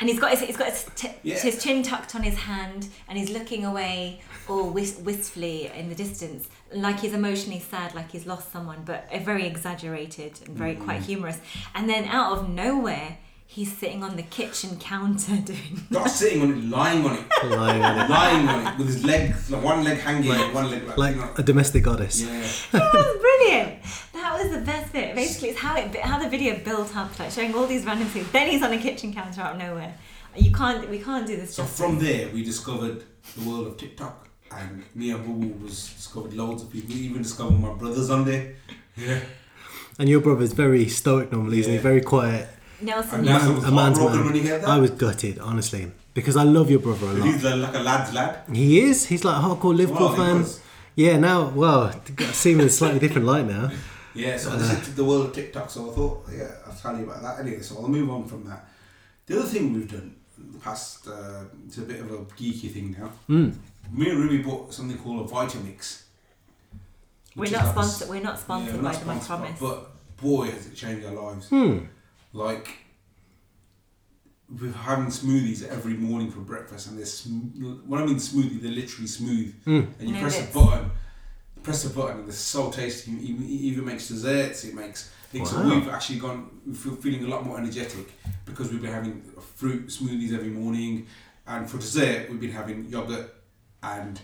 C: and he's got his he's got his, t-
A: Yeah.
C: his chin tucked on his hand, and he's looking away all wist- wistfully in the distance, like he's emotionally sad, like he's lost someone, but uh, very exaggerated and very
A: Mm-hmm.
C: quite humorous. And then out of nowhere, he's sitting on the kitchen counter doing.
A: Not sitting on it, lying on it.
B: Lying on it.
A: lying on it with his leg, like one leg hanging, like, one leg
B: Like
A: you know.
B: a domestic goddess.
A: yeah.
C: that was brilliant. That was the best bit. Basically, it's how it how the video built up, like showing all these random things. Then he's on a kitchen counter out of nowhere. You can't. We can't do this.
A: So
C: justice.
A: from there, we discovered the world of TikTok, and me and Boo Boo was discovered loads of people. We even discovered my brothers on there. Yeah,
B: And your brother's very stoic normally, isn't he?
A: Yeah.
B: Very quiet.
A: and
C: Nelson.
A: now
B: man-
A: was
B: a man's
A: heartbroken
B: man.
A: when he heard that.
B: I was gutted, honestly, because I love your brother a lot.
A: He's like, like a lad's lad.
B: He is. He's like a hardcore Liverpool
A: Well, he
B: fan.
A: was.
B: Yeah. Now, well, I see him in a slightly different light now.
A: Yeah, so this is the world of TikTok. So I thought, yeah, I'll tell you about that anyway. So I'll move on from that. The other thing we've done in the past, uh, it's a bit of a geeky thing now.
C: Hmm.
A: Me and Ruby bought something called a Vitamix.
C: We're
A: which is
C: not
A: like a s-
C: sponsored. We're not
A: Yeah,
C: sponsored
A: we're not
C: by them. I
A: sponsored,
C: promise.
A: But boy, has it changed our lives. Like, we're having smoothies every morning for breakfast, and they're sm- when I mean smoothie, they're literally smooth. And you
C: No
A: press
C: bits.
A: a button, press a button, and they're so tasty. It even- it even makes desserts. It makes things. So
B: Wow.
A: we've actually gone. We feel feeling a lot more energetic because we've been having fruit smoothies every morning, and for dessert we've been having yogurt and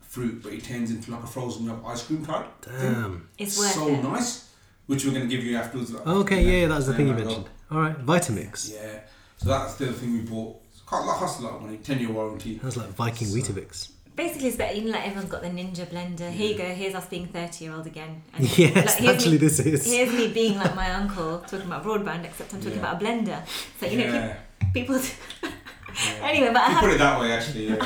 A: fruit, but it turns into like a frozen yogurt ice cream card. thing
B: Damn.
C: it's worth
A: so
C: it.
A: nice, which we're going to give you afterwards.
B: Okay. Yeah, yeah that was the
A: Yeah,
B: thing you
A: I got-
B: mentioned. All right. Vitamix.
A: Yeah, so that's the other thing we bought. It's quite that costs a lot of money, ten year warranty.
B: That was like Viking Weetabix.
C: Basically, it's that you know, like everyone's got the ninja blender. Here you go. Here's us being thirty-year-old again. And, like,
B: Yes,
C: here's
B: actually,
C: me-
B: this is.
C: Here's me being like my uncle talking about broadband, except I'm talking
A: Yeah.
C: about a blender. So you know,
A: yeah,
C: people.
A: yeah.
C: anyway, uh, but I
A: You
C: have
A: put it that way, actually. Yeah. I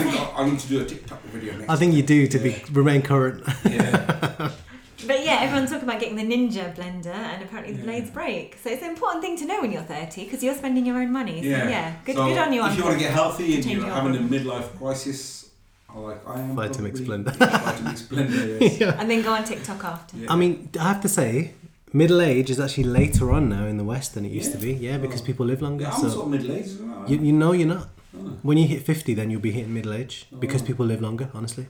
A: think I, I need to do a TikTok video next.
B: I think you do to be
A: Yeah.
B: remain current.
A: Yeah.
C: But yeah, everyone's talking about getting the Ninja blender, and apparently the
A: Yeah.
C: blades break. So it's an important thing to know when you're 30 because you're spending your own money. So yeah,
A: Yeah.
C: good,
A: So
C: good on you.
A: If you
C: Uncle.
A: want to get healthy and
C: Change
A: you're
C: your
A: having a
C: outlook.
A: midlife crisis, I like I am.
B: Vitamix
A: probably-
B: blender.
A: Yeah, Vitamix blender. Yes.
B: yeah.
C: and then go on TikTok after.
A: Yeah.
B: I mean, I have to say, middle age is actually later on now in the West than it used
A: Yeah.
B: to be. Yeah, because
A: Oh.
B: people live longer.
A: Yeah, I'm
B: so
A: sort of middle aged, isn't I?
B: you, you know you're not.
A: Oh.
B: When you hit 50, then you'll be hitting middle age because
A: Oh.
B: people live longer, honestly.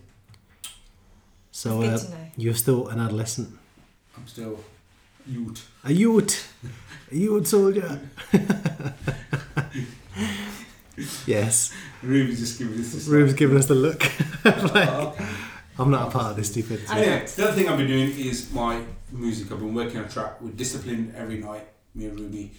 B: So uh,
C: That's good to know.
B: you're still an adolescent.
A: I'm still youth.
B: A youth! A youth soldier! yes,
A: Ruby's just giving us this.
B: Rube's giving us the look.
A: Oh, okay.
B: I'm not a part of this stupid.
C: I
A: Anyway, the other thing I've been doing is my music. I've been working on a track with Discipline every night, me and Ruby.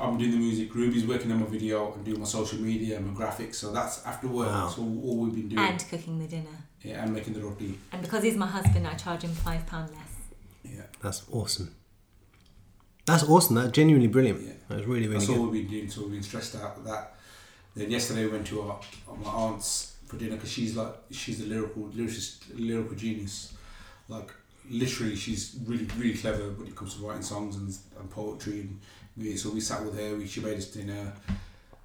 A: I'm doing the music, Ruby's working on my video and doing my social media and my graphics, so that's after work.
B: Wow.
A: So all we've been doing.
C: And cooking the dinner.
A: yeah, and making the roti.
C: And because he's my husband, I charge him £5 less.
A: Yeah.
B: That's awesome. That's awesome. That's genuinely brilliant.
A: Yeah.
B: That was really, really
A: That's
B: good.
A: all we've been doing, so we've been stressed out with that. Then yesterday we went to our, my aunt's for dinner because she's like she's a lyrical lyricist, lyrical genius. Like literally, she's really really clever when it comes to writing songs and, and poetry. And we, so we sat with her. We, she made us dinner.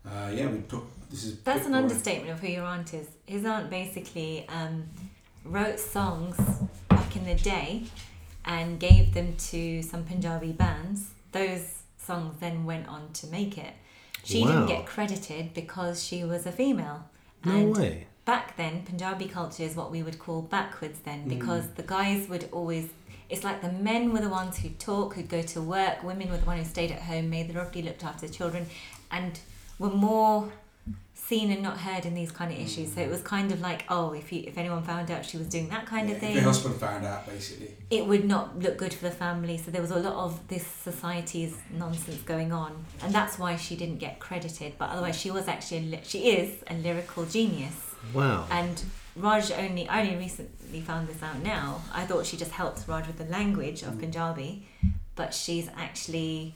A: Uh, yeah, we took this is
C: That's an
A: boring.
C: understatement of who your aunt is. His aunt basically um, wrote songs back in the day and gave them to some Punjabi bands. Those songs then went on to make it. She
B: Wow.
C: didn't get credited because she was a female.
B: No
C: and
B: way.
C: back then, Punjabi culture is what we would call backwards
A: Hmm.
C: then, because the guys would always. It's like the men were the ones who talk, who'd go to work. Women were the one who stayed at home, made the roti, looked after the children, and were more seen and not heard in these kind of issues. So it was kind of like, oh, if you, if anyone found out she was doing that kind
A: Yeah,
C: of
A: if
C: thing,
A: her husband found out, basically.
C: it would not look good for the family. So there was a lot of this society's nonsense going on, and that's why she didn't get credited. But otherwise, she was actually a, ly- she is a lyrical genius.
B: Wow.
C: And Raj only I only recently found this out now. I thought she just helps Raj with the language
B: Mm.
C: of Punjabi, but she's actually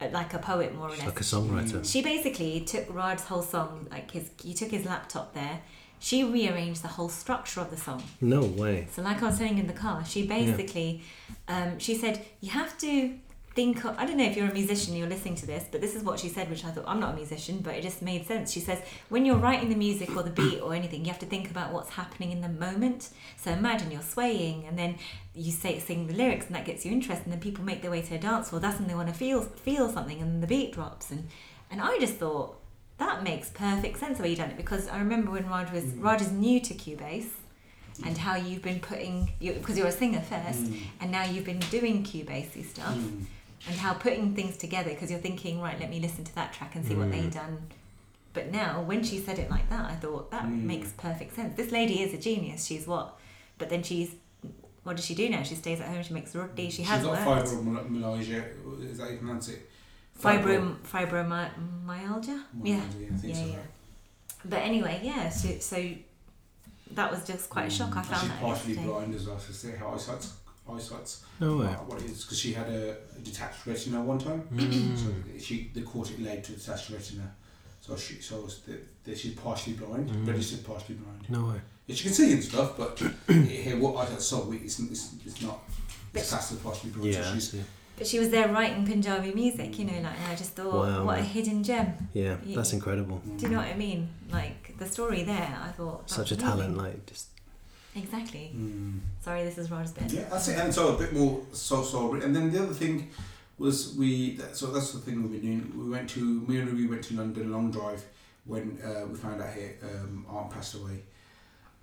C: uh, like a poet more or less.
B: Like a songwriter.
C: She basically took Raj's whole song, like his, he took his laptop there. She rearranged the whole structure of the song.
B: No way.
C: So, like I was saying in the car, she basically, um, she said, you have to think. Of, I don't know if you're a musician, you're listening to this, but this is what she said, which I thought I'm not a musician, but it just made sense. She says, when you're writing the music or the beat or anything, you have to think about what's happening in the moment. So imagine you're swaying, and then you say sing the lyrics, and that gets you interested. And then people make their way to a dance floor. That's when they want to feel feel something, and the beat drops. And and I just thought. That makes perfect sense the way you done it because I remember when Raj was Raj is new to Cubase and how you've been putting you because you're a singer
A: Mm.
C: first and now you've been doing Cubasey stuff and how putting things together because you're thinking right let me listen to that track and see what they've
A: Mm.
C: done but now when she said it like that I thought that
A: Mm.
C: makes perfect sense this lady is a genius she's what but then she's what does she do now she stays at home she makes roti she has
A: She's got
C: worked
A: fibromyalgia. Is that how you pronounce it?
C: fibrom
A: Mm.
C: fibromyalgia yeah
A: Fibromyalgia, I think
C: yeah,
A: so,
C: yeah.
A: right.
C: but anyway yeah so, so that was just quite a shock I
A: And
C: found
A: she's
C: that
A: Mm. partially
C: yesterday.
A: blind as well, so say her eyesight's, eyesight's
B: No way.
A: not what it is, because she had a detached retina one time. So she, they caught it late to detached retina. So she, so it's the, the, she's partially blind, registered partially blind.
B: No way.
A: Yeah, she can see and stuff, but her what eyesight's so weak, it's, it's, it's not, it's classed as partially blind. So
B: Yeah.
A: she's,
C: But she was there writing Punjabi music, you know, like, and I just thought,
B: Wow.
C: what a hidden gem.
B: Yeah. That's incredible.
C: Do you know what I mean? Like, the story there, I thought. that's
B: Such a
C: amazing.
B: talent. Like just.
C: Exactly.
A: Hmm.
C: Sorry, this is Rod's bit.
A: Yeah, that's it. And so a bit more so so. And then the other thing was we. that- So that's the thing we've been doing. We went to me and we went to London long drive when uh, we found out her um, aunt passed away.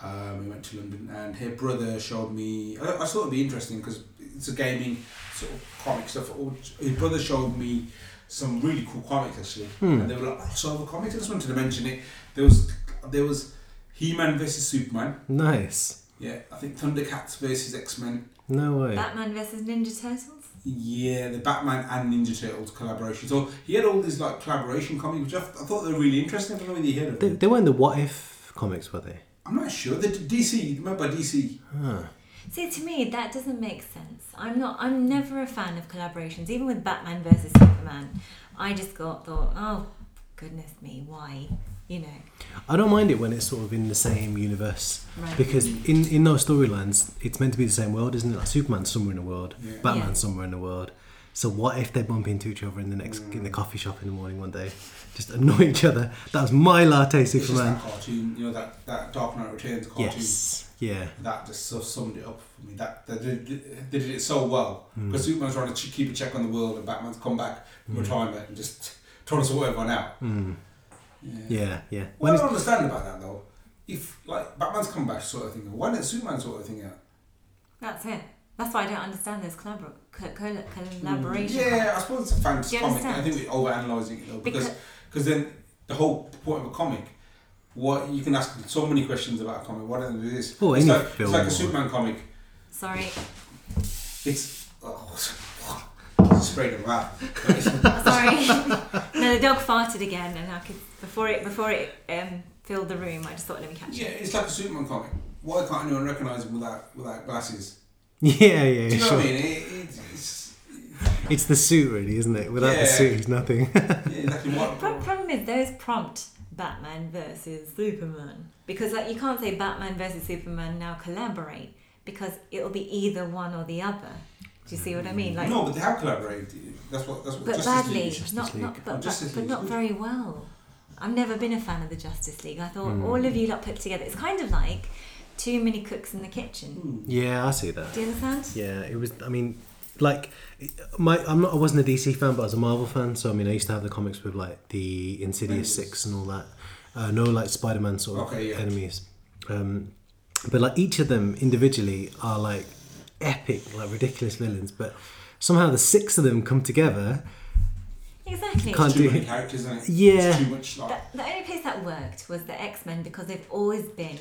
A: Um, we went to London and her brother showed me. I, I thought it'd be interesting because it's a gaming sort of comic stuff. All- Her brother showed me some really cool comics actually, and they were like crossover comics. I just wanted to mention it. There was there was He Man versus Superman.
B: Nice.
A: Yeah, I think Thundercats versus X Men.
B: No way.
C: Batman versus Ninja Turtles?
A: Yeah, the Batman and Ninja Turtles collaboration. So he had all these like collaboration comics, which I, I thought they were really interesting. I don't know whether you heard of
B: They,
A: them.
B: they weren't the what if comics, were they?
A: I'm not sure. The DC, made by DC.
B: Huh.
C: See, to me, that doesn't make sense. I'm not. I'm never a fan of collaborations, even with Batman versus Superman. I just got thought, oh goodness me, why? You know,
B: I don't mind it when it's sort of in the same universe
C: Right.
B: because in, in those storylines it's meant to be the same world, isn't it? Like Superman's somewhere in the world,
A: Yeah.
B: Batman's
C: Yeah.
B: somewhere in the world. So what if they bump into each other in the next in the coffee shop in the morning one day, just annoy each other? That was my latte,
A: It's just
B: Superman.
A: that cartoon, you know, that, that Dark Knight Returns cartoon.
B: Yes, yeah,
A: That just so summed it up for me. That they did, they did it so well
B: Hmm.
A: because Superman's trying to ch- keep a check on the world, and Batman's come back from retirement and just trying to sort everyone out.
B: Hmm. yeah, yeah.
A: What
B: When
A: I
B: is-
A: don't understand about that though, if like Batman's come back sort of thing, why didn't Superman sort of thing out?
C: that's it. That's why I don't understand this collabor- co- co- collaboration.
A: Mm. Yeah, I suppose it's a fantasy
C: Do you
A: comic. I
C: understand?
A: think we're overanalyzing it though because
C: Because-
A: because then the whole point of a comic, what you can ask so many questions about a comic. What do they do this?
B: Oh,
A: it's
B: any
A: like,
B: film
A: It's like
B: or-
A: a Superman comic.
C: Sorry,
A: It's oh, sprayed them out.
C: Sorry. no, the dog farted again, and I could before it before it um, filled the room. I just thought, let me catch
A: Yeah,
C: it.
A: it's like a Superman comic. Why can't anyone recognise him without without glasses?
B: yeah, yeah,
A: Do you know
B: sure.
A: what I mean? It, it, it's
B: It's the suit, really, isn't it? Without the
A: Yeah.
B: suit, it's nothing.
A: yeah, exactly what.
C: Pro- problem is those prompt Batman versus Superman because like you can't say Batman versus Superman now collaborate because it'll be either one or the other. Do you see what I mean? Like,
A: no, but they have collaborated. That's what. That's what.
C: but
A: Justice
C: badly,
A: League-
C: not
B: League.
C: not
A: Oh,
C: but,
A: Justice
C: but, but
A: League's
C: not
A: good.
C: very well. I've never been a fan of the Justice League. I thought all of you lot put together. It's kind of like too many cooks in the kitchen.
A: Hmm.
B: yeah, I see that.
C: Do you understand?
B: Yeah, it was. I mean, like, my I'm not. I wasn't a DC fan, but I was a Marvel fan. So I mean, I used to have the comics with like the Insidious
A: Avengers.
B: Six and all that. Uh, no, like Spider Man sort of
A: Okay, yeah.
B: enemies. Um, but like each of them individually are like epic, like ridiculous villains. But somehow the six of them come together
C: Exactly.
B: Can't
A: Too
B: do
A: many
B: it.
A: characters in it.
B: Yeah.
A: It's too much like.
C: The, the only place that worked was the X Men because they've always been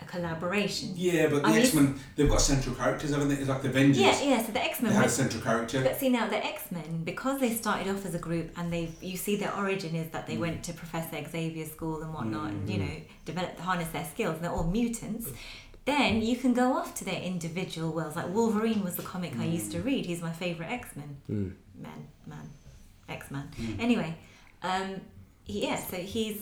C: a collaboration.
A: Yeah, but the
C: I mean-
A: X Men, they've got central characters, haven't they? It's like the Avengers.
C: Yeah, yeah. So the X
A: They
C: Men
A: had a central character.
C: But see now the X Men because they started off as a group and they you see their origin is that they
A: Mm.
C: went to Professor Xavier's school and whatnot and you know developed harness their skills and they're all mutants.
A: Mm.
C: Then you can go off to their individual worlds. Like Wolverine was the comic I used to
A: Mm.
C: read. He's my favorite X Men.
A: Hmm.
C: Man, man, X Man. Anyway, um, yeah. So he's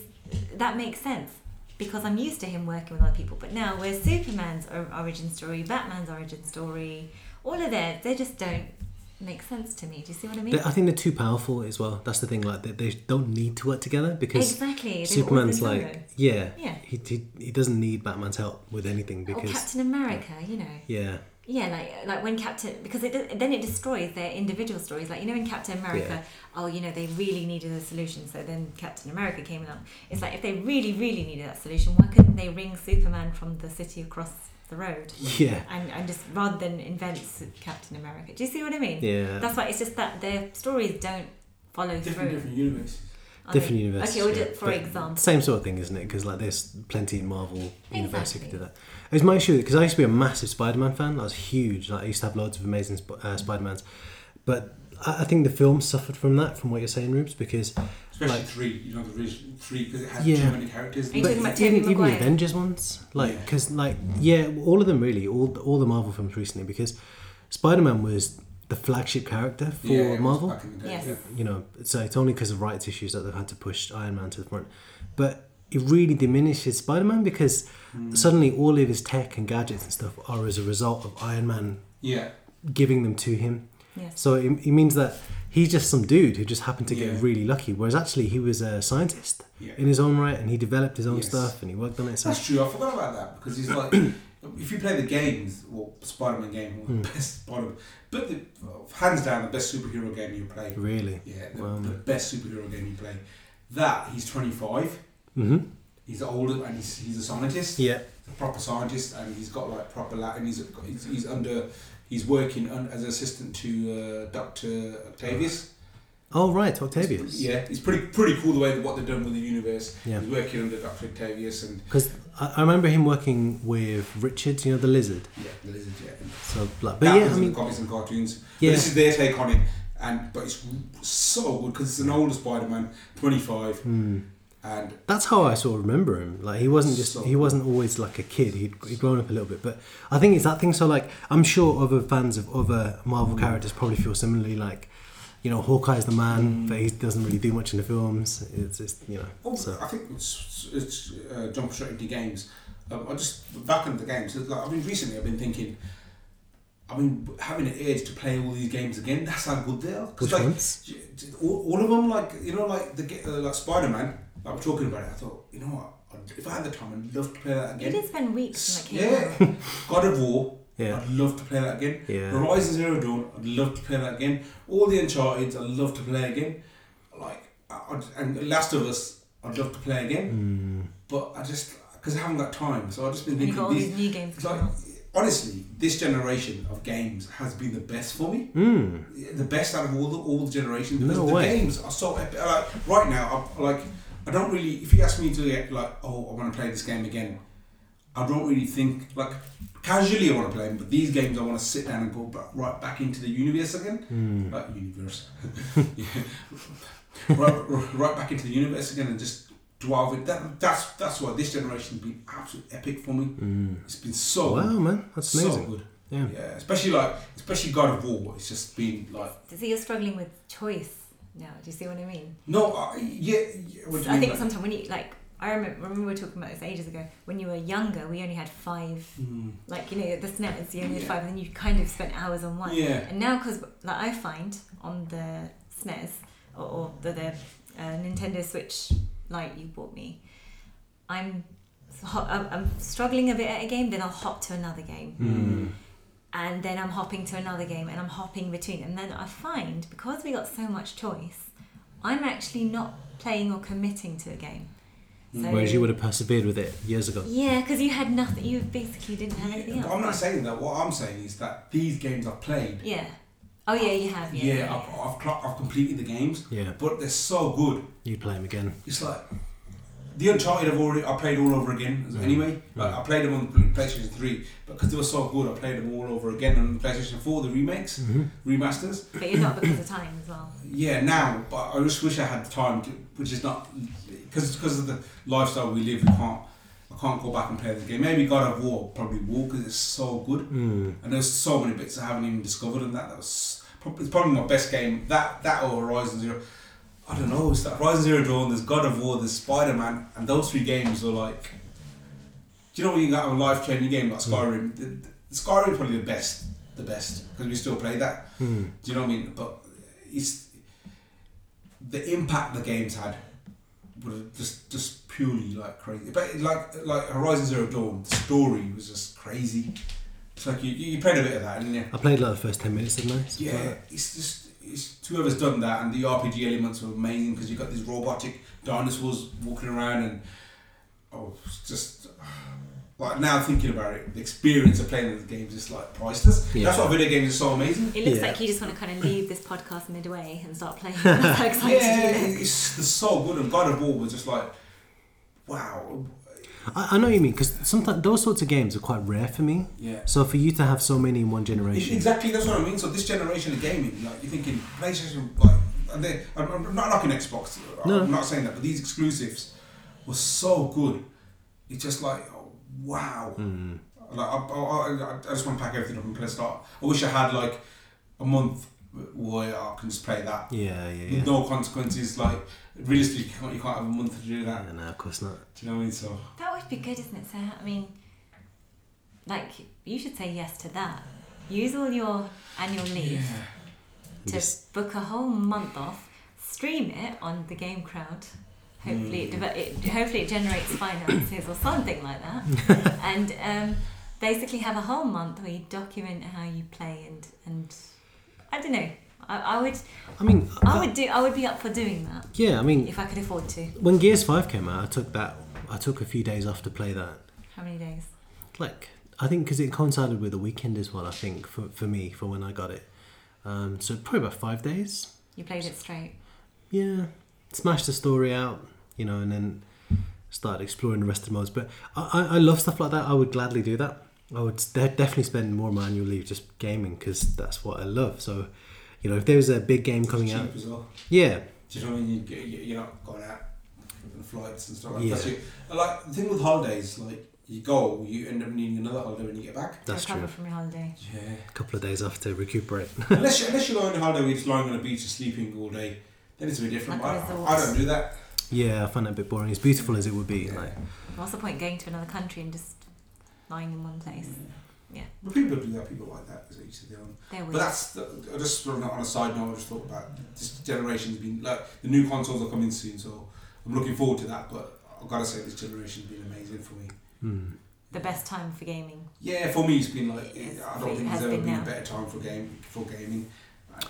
C: that makes sense because I'm used to him working with other people. But now where Superman's or- origin story, Batman's origin story, all of theirs, they just don't make sense to me. Do you see what I mean?
B: They- I think they're too powerful as well. That's the thing. Like they, they don't need to work together because
C: exactly. they've
B: Superman's
C: always been
B: like,
C: solo.
B: yeah,
C: Yeah.
B: He, he he doesn't need Batman's help with anything
C: or
B: because
C: Oh, Captain America, you know.
B: yeah,
C: Yeah, like uh, like when Captain because it does- then it destroys their individual stories. Like you know in Captain America, oh you know they really needed a solution, so then Captain America came along. It's like if they really really needed that solution, why couldn't they ring Superman from the city across the road?
B: yeah,
C: And, and just rather than invent S- Captain America, do you see what I mean?
B: yeah.
C: That's why it's just that their stories don't follow
A: Different,
C: through.
A: different universes.
C: are they?
B: different universes.
C: Okay, or
B: yeah.
C: ju- for
B: But
C: example.
B: same sort of thing, isn't it? Because like there's plenty in Marvel universe you could do
C: Exactly.
B: that. It was my issue because I used to be a massive Spider-Man fan. I was huge. Like, I used to have loads of amazing Sp- uh, Spider-Mans, but I, I think the film suffered from that, from what you're saying, Rubes, because
A: Especially
B: Like-
A: three. You know, the original three because it has
B: Yeah.
A: too many characters.
C: Are you
B: But
C: talking about Tobey
B: even, even the
C: Maguire?
B: Avengers ones, like
A: Yeah.
B: because like yeah, all of them really, all all the Marvel films recently, because Spider Man was the flagship character for
A: Yeah, it was
B: Marvel.
A: back in the day,
C: Yes.
A: yeah.
B: You know, so it's only because of rights issues that they've had to push Iron Man to the front, but it really diminishes Spider Man because
A: Hmm.
B: suddenly all of his tech and gadgets and stuff are as a result of Iron Man
A: Yeah.
B: giving them to him.
C: Yes.
B: So it, it means that he's just some dude who just happened to
A: Yeah.
B: get really lucky, whereas actually he was a scientist.
A: Yeah.
B: In his own right, and he developed his own
A: Yes.
B: stuff, and he worked on it. So
A: That's true. I forgot about that because he's like, if you play the games, well, Spider-Man game,
B: Hmm.
A: well, best Spider, but the, hands down the best superhero game you play.
B: Really?
A: Yeah, the,
B: Wow.
A: the best superhero game you play. That he's 25.
B: Mm-hmm.
A: He's older and he's, he's a scientist,
B: Yeah.
A: a proper scientist, and he's got like proper Latin. He's he's, he's under. He's working un, as an assistant to uh, Doctor Octavius.
B: Oh right, Octavius.
A: Yeah, it's pretty pretty cool the way what they've done with the universe.
B: Yeah.
A: He's working under Doctor Octavius and
B: Because I, I remember him working with Richard, you know, the lizard.
A: yeah, the lizard. Yeah, and
B: So like, but
A: that
B: yeah,
A: was
B: I
A: in
B: mean,
A: the comics and cartoons.
B: Yeah.
A: But this is their take on it, and but it's so good because it's an older Spider-Man, twenty-five,
B: hmm.
A: and
B: that's how I sort of remember him. Like he wasn't just
A: So-
B: he wasn't always like a kid. He'd, he'd grown up a little bit. But I think it's that thing. So like, I'm sure other fans of other Marvel characters probably feel similarly. Like, you know, Hawkeye's the man, but he doesn't really do much in the films. It's just you know.
A: Mm. oh,
B: So
A: I think it's, it's uh, jump straight into games. Um, I just back into the games. Like, I mean, recently I've been thinking. I mean, having an urge to play all these games again. That's how good they are. 'Cause,
B: which
A: like,
B: ones?
A: all, all of them like you know like the ge- uh, like Spider Man. Like we're talking about it. I thought you know what I'd- if I had the time I'd love to play that
C: You
A: again.
C: did spend weeks when that came out.
A: Yeah, God of War.
B: Yeah.
A: I'd love to play that again.
B: Yeah.
A: Horizon Zero Dawn. I'd love to play that again. All the Uncharted. I'd love to play again. Like I- I'd, and Last of Us. I'd love to play again.
B: Hmm.
A: But I just because I haven't got time, so I've just been
C: And you got all
A: thinking.
C: these
A: These,
C: new games.
A: it's
C: coming
A: like
C: out.
A: honestly, this generation of games has been the best for me.
B: Mm.
A: The best out of all the all the generations because
B: No
A: the
B: way.
A: games are so epic. Like right now, I'm, like I don't really. If you ask me to get like, oh, I want to play this game again. I don't really think like casually I want to play them, but these games I want to sit down and go back, right back into the universe again.
B: Hmm.
A: Like, universe, Yeah. right, right right back into the universe again and just dwell with that. That's that's why this generation's been absolutely epic for me. It's been so
B: Wow, man, that's
A: so
B: amazing.
A: good.
B: Yeah.
A: Yeah, especially like especially God of War. It's just been like
C: So you're struggling with choice now. Do you see what I mean?
A: no, I, yeah, yeah. What do you
C: I
A: mean?
C: think
A: like-
C: sometimes when you like, I remember, remember we were talking about this ages ago. When you were younger, we only had five.
A: Hmm.
C: Like you know, the snaps you only had
A: Yeah.
C: five, and then you kind of spent hours on one.
A: Yeah.
C: And now, because like I find on the SNES or, or the, the uh, Nintendo Switch Lite you bought me, I'm so ho- I'm I'm struggling a bit at a game, then I'll hop to another game.
B: Mm.
C: And then I'm hopping to another game and I'm hopping between. And then I find because we got so much choice, I'm actually not playing or committing to a game.
A: Mm,
C: So,
B: Whereas you would have persevered with it years ago.
C: Yeah, because you had nothing. You basically didn't have anything
A: Yeah, but I'm not
C: else.
A: saying that. What I'm saying is that these games I've played
C: Yeah, Oh yeah, you have. Yeah.
A: Yeah, I've, I've, clocked, I've completed the games.
B: Yeah.
A: But they're so good.
B: You play them again.
A: It's like the Uncharted. I've already I played all over again.
B: Mm-hmm.
A: Anyway, like, I played them on the PlayStation Three, but because they were so good, I played them all over again on the PlayStation Four. The remakes,
B: Mm-hmm.
A: remasters.
C: But you're not because of time as well.
A: Yeah, now, but I just wish I had the time, to, which is not because because of the lifestyle we live. We can't. I can't go back and play the game. Maybe God of War probably will because it's so good, mm. and there's so many bits I haven't even discovered. And that that was probably, it's probably my best game. That that or Horizon Zero. I don't know. It's like Horizon Zero Dawn. There's God of War. There's Spider Man, and those three games are like. Do you know when you got a life changing game like Skyrim? The, the, Skyrim probably the best, the best because we still play that. Do you know what I mean? But it's the impact the games had was just just purely like crazy. But like like Horizon Zero Dawn, the story was just crazy. It's like you you played a bit of that, didn't you?
B: I played like the first ten minutes, didn't I? Something like
A: Yeah,
B: that.
A: it's just it's whoever's done that, and the RPG elements are amazing because you've got these robotic dinosaurs walking around, and oh, it's just like now thinking about it, the experience of playing the games is like priceless.
B: Yeah.
A: That's why video games are so amazing.
C: It looks
B: Yeah.
C: like you just want to kind of leave this podcast midway and start playing. That's how
A: Yeah,
C: excited you look.
A: it's, it's so good, and God of War was just like, wow,
B: I, I know what you mean because sometimes those sorts of games are quite rare for me.
A: yeah.
B: So for you to have so many in one
A: It's
B: generation,
A: exactly that's what I mean. So this generation of gaming, like you're thinking PlayStation, like and they, I'm, I'm not knocking Xbox. I'm
B: No.
A: not saying that, but these exclusives were so good. It's just like oh, wow.
B: Mm-hmm.
A: Like I, I, I, I just want to pack everything up and play start. I wish I had like a month where I can just play that
B: yeah, yeah, yeah.
A: with no consequences. Like realistically, you can't, you can't have a month to do that.
B: No, no, of course not.
A: Do you know what I mean? So
C: That would be good, isn't it? So I mean, like you should say yes to that. Use all your annual leave to
B: Just-
C: book a whole month off, stream it on the Game Crowd. Hopefully, it, deve- it hopefully it generates finances or something like that, and um, basically have a whole month where you document how you play and and I don't know. I, I would
B: I mean,
C: I would do I would be up for doing that
B: yeah, I mean,
C: if I could afford to.
B: when Gears Five came out, I took that. I took a few days off to play that.
C: How many days?
B: like I think because it coincided with the weekend as well. I think for for me for when I got it, um, so probably about five days.
C: You played it straight.
B: Yeah, smashed the story out, you know, and then started exploring the rest of the modes. But I, I, I love stuff like that. I would gladly do that. I would de- definitely spend more of my annual leave just gaming because that's what I love. So, you know, if there was a big game coming
A: cheap
B: out,
A: as well.
B: yeah,
A: Do you know what I mean? You, get- you, you're not going out on flights and stuff like
B: Yeah.
A: that. So, you- like, the thing with holidays, like, you go, you end up needing another holiday when you get back.
B: that's
C: recover
B: true.
C: from your holiday.
A: Yeah.
B: A couple of days off to recuperate.
A: unless, you, unless you're going on a holiday where you're just lying on a beach and sleeping all day, then it's a bit different.
C: Like
A: I,
C: resorts.
A: I don't do that.
B: yeah, I find that a bit boring. As beautiful as it would be, like
C: What's the point going to another country and just lying in one place?
A: But people do that, people like that. So you sit there on-
C: They're weird.
A: But that's the- just sort of on a side note, I just thought about this generation's been like the new consoles are coming soon, so I'm looking forward to that. But I've got to say, this generation's been amazing for me.
B: hmm.
C: the best time for gaming.
A: Yeah, for me, it's been like
C: Yes,
A: I
C: it
A: don't think
C: has
A: there's ever
C: been
A: been,
C: now.
A: a better time for game for gaming.
C: I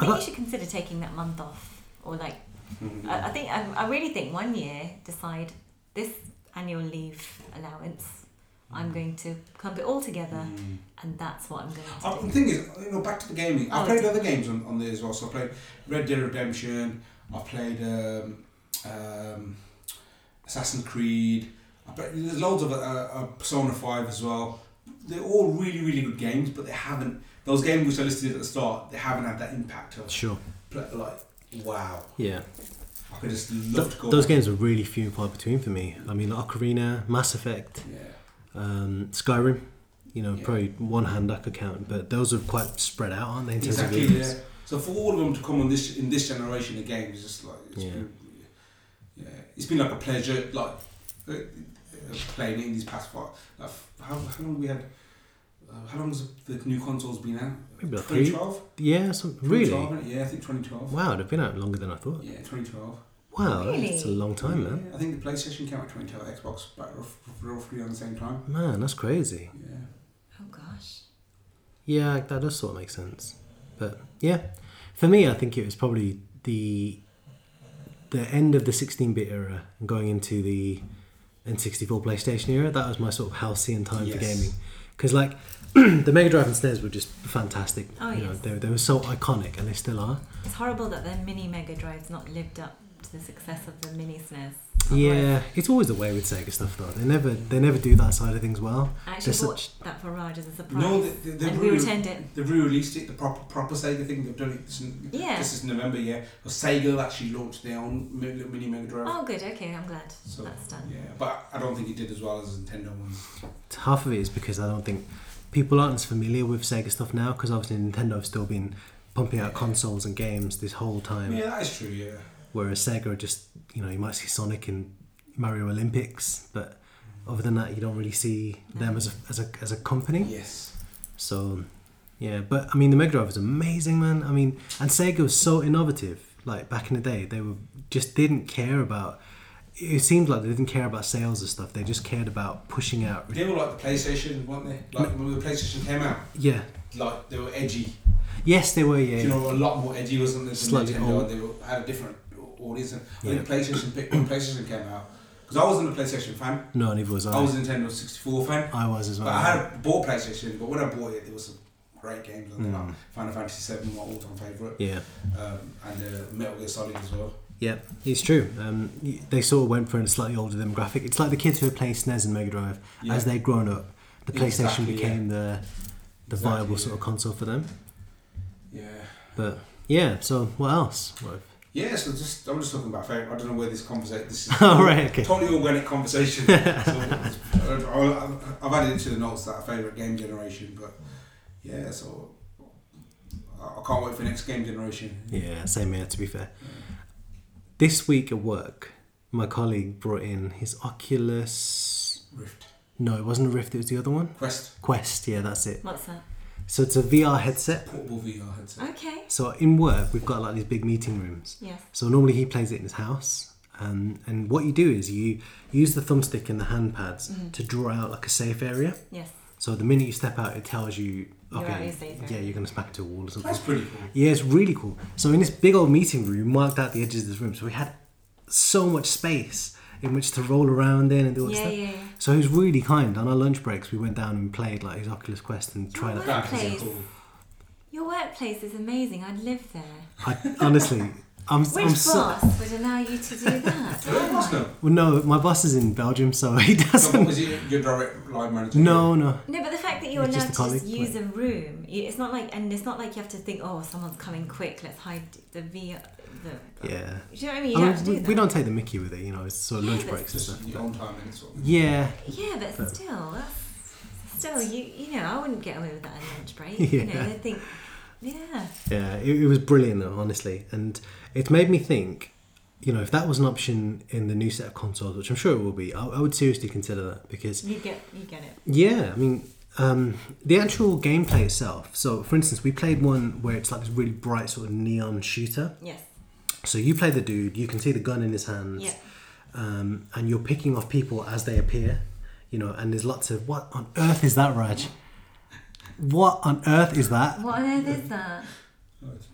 C: think
B: Uh,
C: you should consider taking that month off, or like
A: Mm.
C: I, I think I, I really think one year decide this annual leave allowance.
B: Mm.
C: I'm going to clump it all together,
A: Mm.
C: and that's what I'm
A: Uh,
B: Oh,
C: going
A: the
C: to do.
A: thing is, you know, back to the gaming. I
C: Oh,
A: played
C: dear.
A: other games on, on there as well. So I played Red Dead Redemption. I played um, um, Assassin's Creed. I played, there's loads of uh, uh, Persona Five as well. They're all really really good games, but they haven't. Those games which I listed at the start, they haven't had that impact of
B: sure,
A: pl- like wow.
B: yeah.
A: I could just love to go.
B: Those games were really few and far between for me. I mean, Ocarina, Mass Effect,
A: Yeah.
B: um, Skyrim. You know,
A: Yeah.
B: probably one hand I could count, but those are quite spread out, aren't they? In terms
A: Exactly.
B: of games?
A: Yeah. So for all of them to come on this in this generation of games, it's just like it's
B: Yeah.
A: been, yeah, it's been like a pleasure, like uh, uh, playing it in these past five. Like, f- how, how long we had? Uh, how long has the new consoles been out?
B: Maybe about three-
A: 2012.
B: Yeah, some, really.
A: 2012, Yeah, I think 2012.
B: Wow, they've been out longer than I thought.
A: Yeah, 2012.
B: Wow, that's a
C: Really?
B: long time, man.
A: Yeah, I think the PlayStation came out 2012. Xbox, but rough- roughly around the same time.
B: Man, that's crazy.
A: Yeah.
C: Oh gosh,
B: Yeah, that does sort of make sense. But yeah, for me, I think it was probably the the end of the 16-bit era and going into the N64 PlayStation era. That was my sort of halcyon time for
A: Yes.
B: gaming because like the Mega Drive and SNES were just fantastic.
C: Oh,
B: you know,
C: yes.
B: they, they were so iconic, and they still are.
C: It's horrible that the mini Mega Drive's not lived up to the success of the mini SNES.
B: Yeah, it's always the way with Sega stuff though. They never they never do that side of things well.
C: I actually
B: There's
C: bought
B: such
C: that for Raj as a surprise.
A: No, they, they,
C: and
A: have
C: we
A: re-
C: returned it.
A: they've re-released it, the proper proper Sega thing. They've done it this,
C: Yeah.
A: this is November, yeah. Well, Sega actually launched their own mi- little mini Mega Drive.
C: Oh, good. Okay, I'm glad that's done.
A: Yeah, but I don't think it did as well as Nintendo ones.
B: half of it is because I don't think people aren't as familiar with Sega stuff now because obviously Nintendo have still been pumping out consoles and games this whole time,
A: Yeah, that is true. Yeah.
B: whereas Sega are just you know you might see Sonic in Mario Olympics, but other than that you don't really see them
C: No.
B: as a as a as a company.
A: Yes.
B: So, yeah, but I mean, the Mega Drive was amazing, man. I mean, and Sega was so innovative. Like back in the day, they were just didn't care about. It seemed like they didn't care about sales and stuff. They just cared about pushing out.
A: They were like the PlayStation, weren't they? Like when the PlayStation came out,
B: Yeah.
A: like they were edgy.
B: Yes, they were. Yeah.
A: You know, a lot more edgy, wasn't it?
B: Slightly
A: Nintendo,
B: old.
A: and they were, had a different audience. And I
B: Yeah.
A: think PlayStation pic- when PlayStation came out, because I wasn't a PlayStation fan.
B: No, neither was I.
A: I Oh, was a Nintendo 64 fan.
B: I was as well.
A: But I had a, bought PlayStation, but when I bought it, there was some great games. on there,
B: Mm.
A: Like Final Fantasy VII, my all-time favorite,
B: yeah.
A: um, and uh, Metal Gear Solid as well.
B: Yeah, it's true. Um, y- they sort of went for a slightly older demographic. It's like the kids who are playing SNES and Mega Drive
A: Yeah.
B: as they'd grown up. The
A: Exactly,
B: PlayStation
A: yeah.
B: became the the
A: Exactly,
B: viable sort
A: yeah.
B: of console for them.
A: Yeah.
B: But yeah, so what else? What-
A: Yeah, so just I'm just talking about favorite. I don't know where this conversation. This is
B: All right, okay.
A: totally organic conversation. so, I'll- I've added into the notes that favorite game generation, but yeah, so I I can't wait for next game generation.
B: Yeah, same here, to be fair. This week at work, my colleague brought in his Oculus.
A: Rift
B: No, it wasn't a Rift, it was the other one.
A: Quest
B: Quest, yeah, that's it.
C: What's that?
B: So it's a VR headset.
A: portable VR headset.
C: Okay.
B: So in work, we've got like these big meeting rooms.
C: Yes.
B: So normally he plays it in his house. Um, and what you do is you use the thumbstick and the hand pads
C: Mm-hmm.
B: to draw out like a safe area.
C: Yes.
B: So the minute you step out, it tells you,
C: You're out
B: okay,
C: of your safe
B: yeah,
C: area.
B: you're going to smack into a wall or something.
A: That's pretty cool.
B: Yeah, it's really cool. So in this big old meeting room, marked out the edges of this room, so we had so much space in which to roll around in and do all this
C: Yeah,
B: stuff.
C: yeah, yeah.
B: So he was really kind. On our lunch breaks, we went down and played like his Oculus Quest and tried it.
C: wow.
A: That is
C: Place.
A: cool.
C: Your workplace is amazing. I'd live there.
B: I, honestly, I'm,
C: Which
B: I'm
C: boss
B: so.
C: would allow you to do that?
A: No, it was no.
B: Well, no, my boss is in Belgium, so he
A: So what
B: doesn't.
A: was it? Your direct line manager?
B: No, no.
C: No, but the fact that you're
B: It's
C: allowed
B: just
C: to
B: a
C: just
B: colleague,
C: use a room, you- it's not like, and it's not like you have to think, oh, someone's coming quick, let's hide the V. uh, The,
B: Yeah.
C: Do you know what I mean? You
B: I
C: don't
B: mean,
C: have to
B: we,
C: do that.
B: we don't take the mickey with it, you know, it's sort of
C: Yeah,
B: lunch
C: but
B: breaks and
A: Just
B: stuff.
A: your own time and sort of.
B: Yeah,
C: Yeah, but
B: But-
C: still, that's, still, you you know, I wouldn't get away with that at lunch break. You
B: Yeah.
C: know, they think, yeah,
B: Yeah, it, it was brilliant though, honestly, and it made me think. You know, if that was an option in the new set of consoles, which I'm sure it will be, I, I would seriously consider that because
C: you get you get it.
B: yeah, I mean, um, the actual gameplay itself. So, for instance, we played one where it's like this really bright sort of neon shooter.
C: Yes,
B: So you play the dude, you can see the gun in his hands,
C: yeah,
B: um, and you're picking off people as they appear. You know, and there's lots of what on earth is that, Raj? What on earth is that?
C: What on earth is that?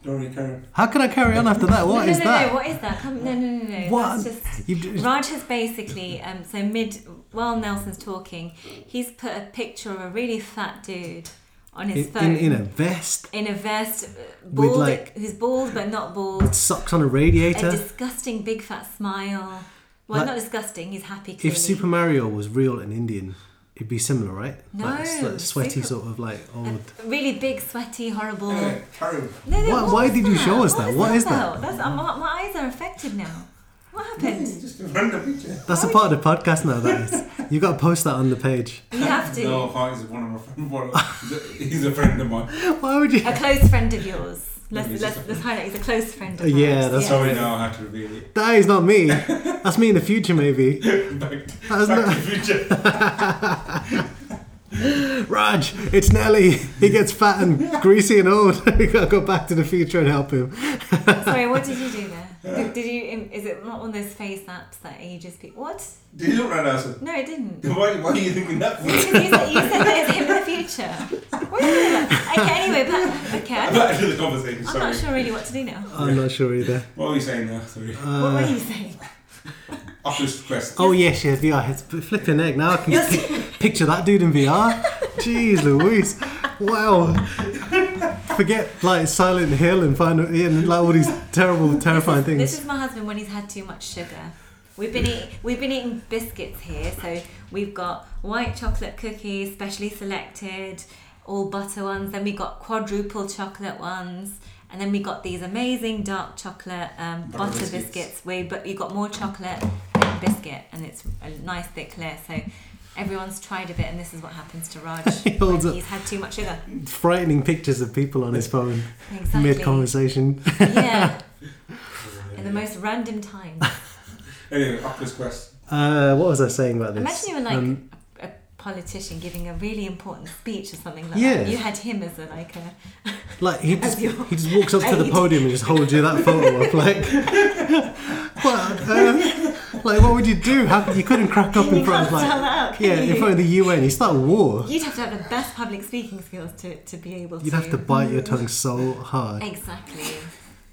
A: Don't really care.
B: How can I carry on after that? What
C: no,
B: is
C: no,
B: that?
C: No, what is that? Come, no, no, no, no.
B: What?
C: That's just.
B: You've just-
C: Raj has basically, um, so mid, while Nelson's talking, he's put a picture of a really fat dude on his
B: in,
C: phone.
B: in, in a vest,
C: in a vest, uh, bald,
B: like-
C: who's bald but not bald,
B: socks on a
C: a
B: radiator.
C: disgusting big fat smile. Well,
B: Like-
C: not disgusting. He's happy. Clearly.
B: If Super Mario was real and Indian, it'd be similar, right?
C: No,
B: like, s- like sweaty
C: Super-
B: sort of like old.
C: really big, sweaty,
B: Oh.
C: horrible.
A: Anyway, carry on.
C: No, no,
B: Why-
C: what
B: why
C: was
B: did you show us that? What
C: was
B: is that?
C: about? That's, uh, my, my eyes are affected now. What happened?
A: Just a random picture.
B: That's a part of the podcast now. That is, you got to post that on the page.
C: You have to.
A: No, Hart is one of my friend. One of, he's a- he's a friend of mine.
B: Why would you?
C: A close friend of yours. Let's,
A: Maybe
C: let's,
A: just a-
C: let's highlight he's a close friend
B: Uh,
C: of
B: yeah,
C: ours.
B: that's
A: Sorry, now I have to reveal it.
B: That is not me. That's me in the future, maybe.
A: Back, back
B: That's not
A: to the future.
B: Raj. It's Nelly. He gets fat and greasy and old. we gotta go back to the future and help him.
C: Sorry, what did you do there? Did, did you? in- Is it not one of those face apps that ages people? What?
A: Did you look right now, sir?
C: No, it didn't.
A: Why, why are you thinking that? for?
C: Because you said, you said that it's him in the future. What is it? Okay, anyway, but okay, I'm,
A: Back to the conversation,
C: I'm
A: sorry.
C: not sure really what to do now.
B: I'm not sure either.
A: What were you saying now? Sorry.
C: what were you saying?
A: Oculus Quest.
B: Uh, Oh yes, yes, VR. It's flipping egg. Now I can just pic- picture that dude in VR. Jeez, Louise. Wow. Forget like Silent Hill and Final and like all these terrible, terrifying
C: This
B: things.
C: is my husband when he's had too much sugar. We've been eat, we've been eating biscuits here, so we've got white chocolate cookies, specially selected, all butter ones. Then we got quadruple chocolate ones, and then we got these amazing dark chocolate um,
A: Butter
C: butter
A: biscuits.
C: biscuits. We but you got more chocolate than biscuit, and it's a nice thick layer. So. Everyone's tried a bit, and this is what happens to Raj.
B: He holds
C: when
B: up-
C: he's had too much sugar.
B: Frightening pictures of people on his phone
C: Exactly.
B: mid conversation.
C: Yeah. In the most random times.
A: Anyway, Oculus Quest.
B: Uh, what was I saying about this?
C: Imagine you were like
B: Um,
C: a, a politician giving a really important speech or something like
B: Yeah.
C: that. You had him as a like a
B: Like he just
C: As your
B: he just walks up to the
C: aide.
B: podium and just holds you that photo up. Like what? Uh, like what would you do? How, you couldn't crack up in
C: You
B: front of
C: can't
B: like
C: sell out, can
B: yeah
C: you?
B: in front of the UN. You start a war.
C: you'd have to have the best public speaking skills to, to be able to
B: You'd have to bite your tongue so hard.
C: Exactly.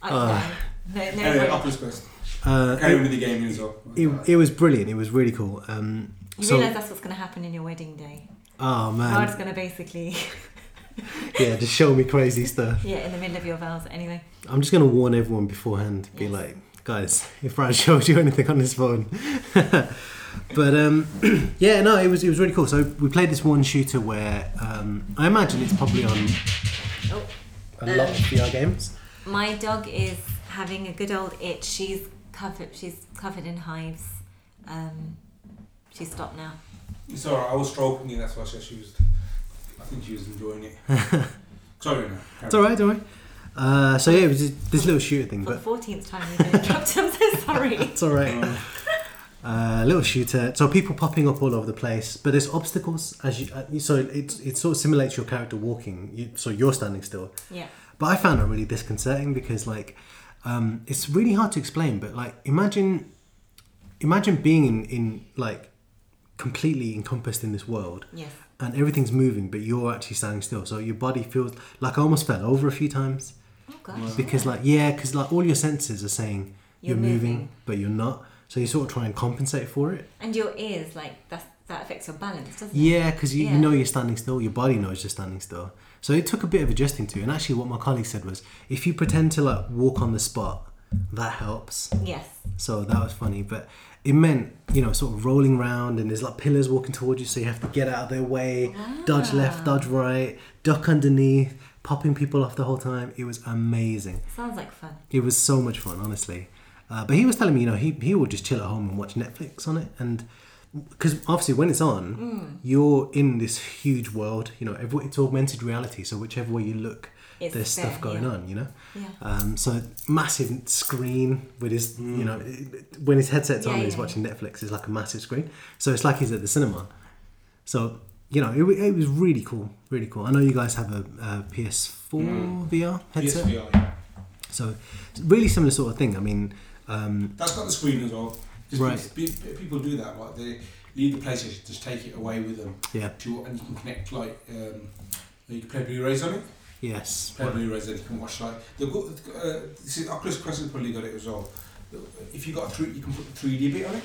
B: Ugh.
C: I no, no,
A: Anyway,
C: no.
A: Oculus Quest.
B: Uh,
A: Carry on
B: it,
A: with the gaming as well.
B: it, it was brilliant. It was really cool. Um,
C: You
B: so
C: realise that's what's gonna happen in your wedding day.
B: oh
C: God's
B: man,
C: gonna basically
B: yeah, just show me crazy stuff.
C: Yeah, in the middle of your vows anyway.
B: I'm just gonna warn everyone beforehand. Be
C: Yes.
B: like, guys, if Brad showed you anything on his phone, but um, yeah, no, it was it was really cool. So we played this one shooter where um, I imagine it's probably on
C: Oh.
B: a lot of VR games.
C: My dog is having a good old itch. She's covered. She's covered in hives. Um, she's stopped now.
A: It's alright, I was stroking it, that's why she she was. I think she was enjoying it. Sorry, no.
B: It's all right, don't worry. Uh, so yeah, it was just this little shooter thing,
C: For the
B: but
C: fourteenth time we've interrupted. I'm so sorry.
B: it's all right. Uh, little shooter, so people popping up all over the place, but there's obstacles as you. Uh, you- so it it sort of simulates your character walking, you, so you're standing still,
C: Yeah.
B: But I found it really disconcerting because like um, it's really hard to explain. But like imagine imagine being in, in like completely encompassed in this world
C: Yes.
B: and everything's moving, but you're actually standing still. So your body feels like I almost fell over a few times
C: Oh gosh.
B: because like yeah, because like all your senses are saying you're,
C: You're
B: moving,
C: moving.
B: but you're not. So you sort of try and compensate for it.
C: And your ears, like that's that affects your balance, doesn't it?
B: Yeah, because you, you
C: Yeah.
B: know you're standing still, your body knows you're standing still. So it took a bit of adjusting to. And actually, what my colleague said was if you pretend to like walk on the spot, that helps.
C: Yes.
B: So that was funny. But it meant, you know, sort of rolling round and there's like pillars walking towards you. So you have to get out of their way, dodge left, dodge right, duck underneath, popping people off the whole time. It was amazing.
C: Sounds like fun.
B: It was so much fun, honestly. Uh, but he was telling me, you know, he, he will just chill at home and watch Netflix on it. And because obviously, when it's on,
C: Mm.
B: you're in this huge world, you know, every, it's augmented reality. So, whichever way you look,
C: It's
B: there's stuff
C: there,
B: going
C: yeah.
B: on, you know?
C: Yeah.
B: Um, so, massive screen with his, you know, when his headset's on
C: Yeah,
B: and he's
C: yeah,
B: watching Netflix, it's like a massive screen. So, it's like he's at the cinema. So, you know, it, wa- it was really cool, really cool. I know you guys have a, a PS4 VR headset.
A: PSVR.
B: So, it's really similar sort of thing. I mean, um,
A: That's got the screen as well. Just
B: Right.
A: pe- pe- people do that, like they leave the PlayStation, just take it away with them.
B: yeah,
A: To, and you can connect like um, you can play Blu-rays on it.
B: yes,
A: Play Blu-rays, then you can watch like the go- uh, this is Oculus Quest has probably got it as well. If you got three, you can put the 3D bit on it.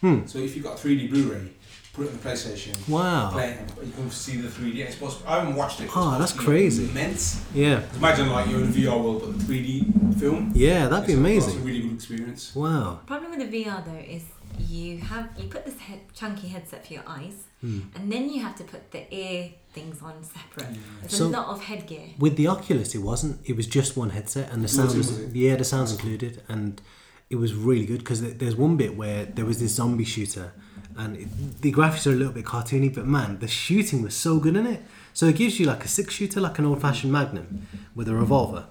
B: Hmm.
A: So if you got 3D Blu-ray, put it on the PlayStation.
B: wow,
A: Play it, and you can see the 3D. It's possible. I haven't watched it. It's
B: Oh, Uh-huh. that's
A: possibly
B: crazy.
A: Immense.
B: yeah,
A: Imagine like you're in a VR world, but the 3D film.
B: yeah, that'd
A: It's- It's
B: be
A: a
B: amazing.
A: really good experience.
B: Wow,
C: Problem with the VR though is you have you put this head, chunky headset for your eyes,
B: Hmm.
C: and then you have to put the ear things on separate. There's
B: So-
C: a lot of headgear.
B: with the Oculus, it wasn't. It was just one headset, and the sound
A: it,
B: was,
A: was it?
B: yeah, the sounds included, and it was really good because there's one bit where there was this zombie shooter, and it, the graphics are a little bit cartoony, but man, the shooting was so good in it. So it gives you like a six shooter, like an old fashioned Magnum, with a revolver.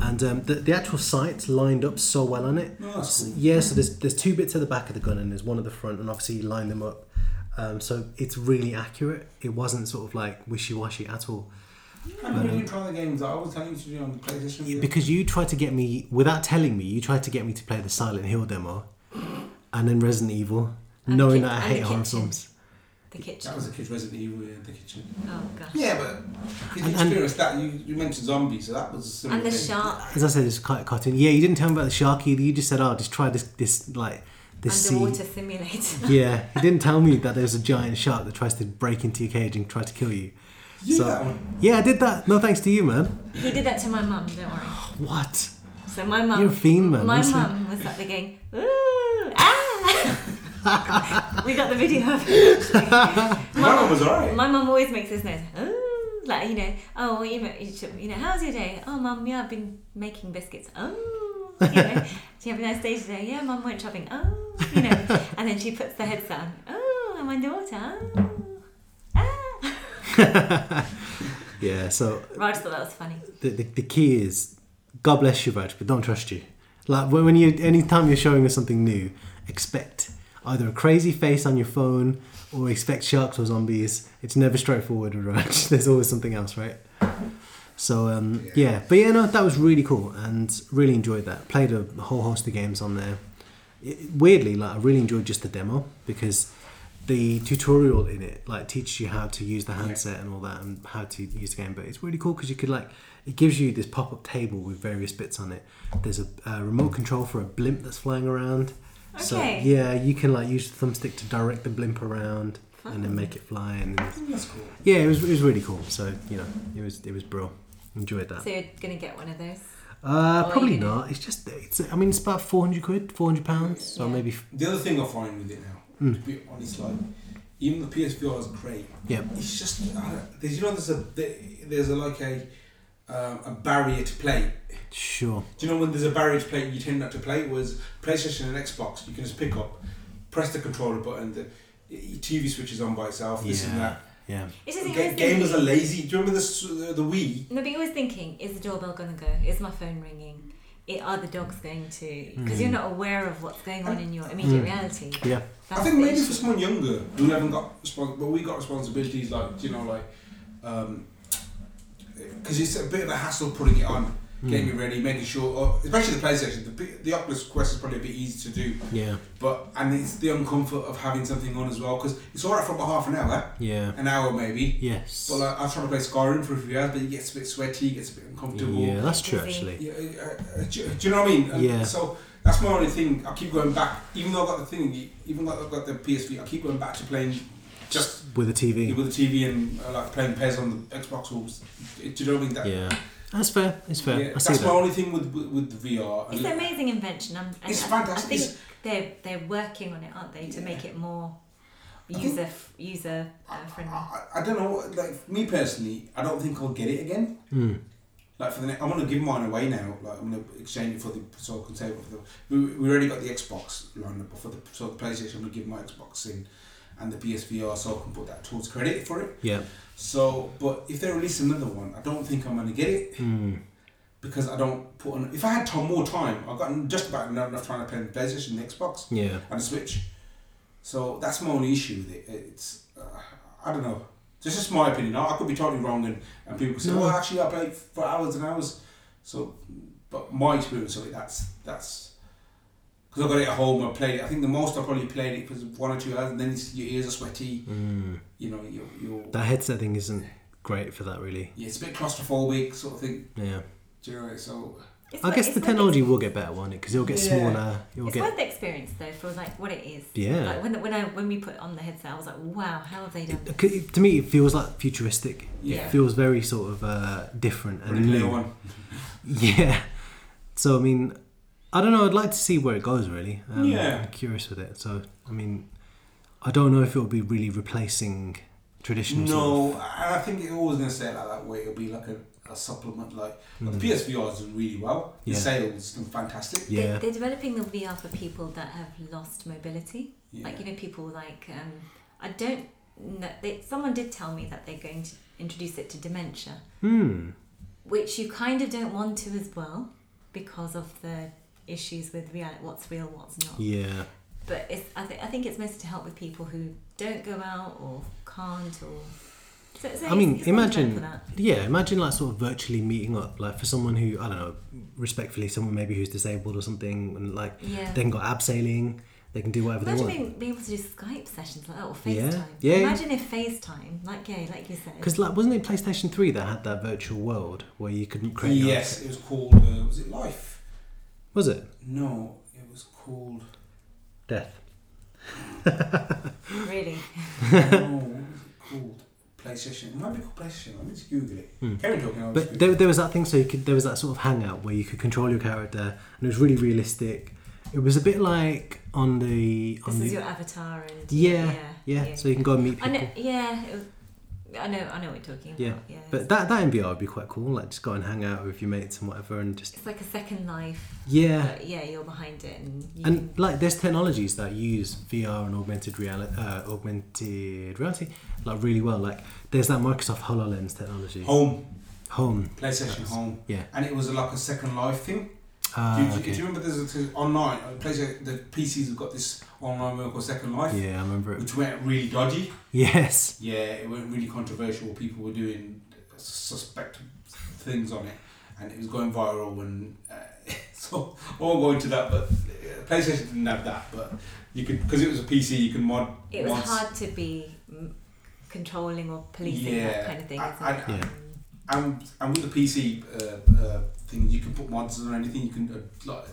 B: And um, the, the actual sights lined up so well on it.
A: Oh, that's cool.
B: Yeah, so there's there's two bits at the back of the gun and there's one at the front, and obviously you line them up. Um, so it's really accurate. It wasn't sort of like wishy washy at all.
A: How did you try the games that I was telling you to do on the PlayStation?
B: Because you tried to get me without telling me, you tried to get me to play the Silent Hill demo, and then Resident Evil,
C: And
B: knowing
C: Kit-
B: that I
C: and
B: hate horror
C: Kitchen.
B: films.
C: The kitchen.
A: that was a kid's Resident Evil in the kitchen.
C: Oh gosh.
A: Yeah, but you experienced that. You, you mentioned zombies, so that was a similar
C: And the
A: thing.
C: shark.
B: As I said, it's quite a cartoon. Yeah, you didn't tell me about the shark either. You just said, "Oh, just try this this like this sea."
C: underwater simulator.
B: Yeah, he didn't tell me that there's a giant shark that tries to break into your cage and try to kill you.
A: You
B: So-
A: that one.
B: Yeah, I did that. No thanks to you, man.
C: He did that to my mum, don't worry.
B: What?
C: So my mum.
B: You're a fiend, man.
C: My
B: Listen.
C: mum was like going, ooh, ah! we got the video of it.
A: My one was alright.
C: My mum always makes this noise, ooh, like, you know, oh, well, you know, you should- you know, how's your day? Oh, mum, yeah, I've been making biscuits. Oh, you know, did you have a nice day today? Yeah, mum went shopping. Oh, you know, and then she puts the headset on. Oh, and my daughter. Oh, ah.
B: Yeah, so
C: Raj thought that was funny.
B: the, the, the key is God bless you, Raj, but don't trust you. Like when, when you, anytime you're showing us something new, expect either a crazy face on your phone or expect sharks or zombies. It's never straightforward with Raj. There's always something else, right? So um, yeah. but yeah, no, that was really cool and really enjoyed that. Played a whole host of games on there. It- weirdly, like I really enjoyed just the demo because the tutorial in it like teaches you how to use the handset and all that and how to use the game. But it's really cool because you could like it gives you this pop up table with various bits on it. There's a, a remote control for a blimp that's flying around. So
C: Okay.
B: yeah, you can like use the thumbstick to direct the blimp around and then make it fly. And
A: That's cool.
B: yeah, it was, it was really cool. So you know, it was it was bro. Enjoyed that.
C: So you're going to get one of those.
B: Uh,
C: Or
B: probably
C: you know.
B: not. It's just it's. I mean, it's about four hundred quid, four hundred pounds, so
C: Yeah.
B: maybe. f-
A: The other thing I find with it now,
B: Hmm.
A: to be honest, like even the PSVR is great.
B: Yeah.
A: It's just I don't, there's you know there's a there's a like a um, a barrier to play.
B: Sure.
A: Do you know when there's a barrier to play, you tend not to play? Whereas PlayStation and Xbox, you can just pick up, press the controller button, the your TV switches on by itself, this and
B: Yeah.
A: that.
B: Yeah.
C: It's just,
A: Ga- gamers are lazy. Do you remember the s- the Wii?
C: No, but you're always thinking, is the doorbell going to go? Is my phone ringing? It, are the dogs going to? Because
B: Hmm.
C: you're not aware of what's going on in your immediate reality.
B: Yeah.
A: I think maybe for someone younger who haven't got respons- but we got responsibilities like you know like because it's a bit of a hassle putting it on, getting it ready, making sure, or especially the PlayStation. The, P- the Oculus Quest is probably a bit easy to do,
B: Yeah.
A: but and it's the uncomfort of having something on as well because it's all right for about half an hour,
B: Yeah.
A: an hour maybe.
B: Yes.
A: But like, I try to play Skyrim for a few hours, but it gets a bit sweaty, it gets a bit uncomfortable.
B: yeah, that's true
C: Busy.
B: actually.
A: Yeah, uh, uh, do, do you know what I mean? And
B: Yeah.
A: So that's my only thing. I keep going back, even though I've got the thing, e, even though I've got the PSV, I keep going back to playing just
B: With a TV.
A: with the TV and uh, like playing PES on the Xbox. Or, s- do you know what I mean? That,
B: Yeah. That's fair. It's fair.
A: yeah,
B: I see
A: that's my
B: that.
A: only thing with with, with the VR.
C: It's an amazing invention. I'm, I-
A: It's
C: I,
A: fantastic.
C: I think
A: It's-
C: they're, they're working on it, aren't they, to make it more
A: think-
C: user f- user uh, friendly.
A: I, I don't know. Like me personally, I don't think I'll get it again.
B: Mm.
A: Like for the next, I'm gonna give mine away now. Like I'm gonna exchange it for the so I can save it for the. We, we already got the Xbox lined up but for the so the PlayStation. I'm gonna give my Xbox in, and the PSVR so I can put that towards credit for it.
B: Yeah.
A: So, but if they release another one, I don't think I'm gonna get it
B: Mm.
A: because I don't put on. If I had time, more time, I've got just about not enough time to play the PlayStation, the Xbox,
B: Yeah.
A: and the Switch. So that's my only issue with it. It's uh, I don't know. This is my opinion. I, I could be totally wrong, and, and people could say,
B: No.
A: "Well, actually, I played for hours and hours." So, but my experience of it, that's that's because I got it at home. I played it. I think the most I probably played it was one or two hours, and then it's, your ears are sweaty.
B: Mm.
A: You know, you're, you're
B: That headset thing isn't great for that really.
A: yeah, it's a bit claustrophobic sort of thing.
B: Yeah.
A: Do you know? So
C: It's
B: I
C: worth-
B: guess
C: it's
B: the
C: worth
B: technology will get better, won't it? Because it'll get
A: Yeah.
B: smaller. It'll
C: It's
B: get.
C: worth the experience though for like what it is.
B: Yeah.
C: Like when, when I when we put on the headset, I was like, wow, how have they done? This?
B: C- To me, it feels like futuristic.
A: yeah,
B: It feels very sort of uh, different and
A: Ready
B: new.
A: Player One.
B: Yeah. So I mean, I don't know. I'd like to see where it goes. Really. Um,
A: Yeah.
B: I'm curious with it. So I mean, I don't know if it'll be really replacing traditional. sort
A: No, and I think it's always going to say it like that way. It'll be like a, a supplement. Like the PSVR is doing really well.
B: Mm. Yeah.
A: The sales done fantastic.
B: of- yeah.
C: They, they're developing the VR for people that have lost mobility.
A: Yeah.
C: Like you know, people like um, I don't. know they, someone did tell me that they're going to introduce it to dementia,
B: Hmm.
C: which you kind of don't want to as well because of the issues with reality, what's real, what's not.
B: Yeah.
C: But it's I, th- I think it's mostly to help with people who don't go out or can't or. So, so
B: I mean,
C: it's- it's well developed
B: imagine-
C: for that.
B: Yeah. Imagine like sort of virtually meeting up, like for someone who I don't know, respectfully, someone maybe who's disabled or something, and like
C: Yeah.
B: they can go abseiling, they can do whatever they
C: Imagine
B: want.
C: being, being able to do Skype sessions like that or
B: Yeah.
C: FaceTime.
B: Yeah.
C: Imagine if FaceTime, like yeah, like you said.
B: Because like, wasn't it PlayStation Three that had that virtual world where you could create? your-
A: Yes, it was called. Uh, was it Life?
B: Was it
A: No, it was called.
B: Death?
C: Really.
A: no, what was it called? PlayStation. It might be called PlayStation. I need to Google it. Kevin talking. I'll just
B: Hmm. But
A: Google
B: there,
A: it.
B: there was that thing, so you could, there was that sort of hangout where you could control your character, and it was really realistic. It was a bit like on the on
C: This is
B: the
C: your avatar, and
B: yeah, yeah So you can go and meet
C: I
B: people.
C: know. Yeah, it was, I know. I know what you're talking about.
B: Yeah,
C: Yeah,
B: but that that in VR would be quite cool. Like just go and hang out with your mates and whatever, and just
C: it's like a second life.
B: yeah.
C: But yeah, you're behind it, and you
B: And like there's technologies that use VR and augmented reality, uh, augmented reality, like really well. Like there's that Microsoft Hololens technology.
A: Home
B: Home.
A: PlayStation Home.
B: Yeah.
A: And it was like a Second Life thing. do, you,
B: Ah,
A: do
B: okay.
A: you remember there's a there's online uh, PlayStation? The PCs have got this online work called Second Life,
B: Yeah, I remember it.
A: which went really dodgy.
B: Yes.
A: Yeah, it went really controversial. People were doing suspect things on it, and it was going viral. And uh, so I won't go into that, but uh, PlayStation didn't have that. But you could because it was a PC, you can mod.
C: it was
A: mods.
C: hard to be mm, controlling or policing
A: Yeah,
C: that kind of thing.
A: I-
C: isn't
A: I-
C: it?
B: Yeah.
C: Um,
A: And, and with the PC uh, uh, thing, you can put mods on anything. You can uh, like,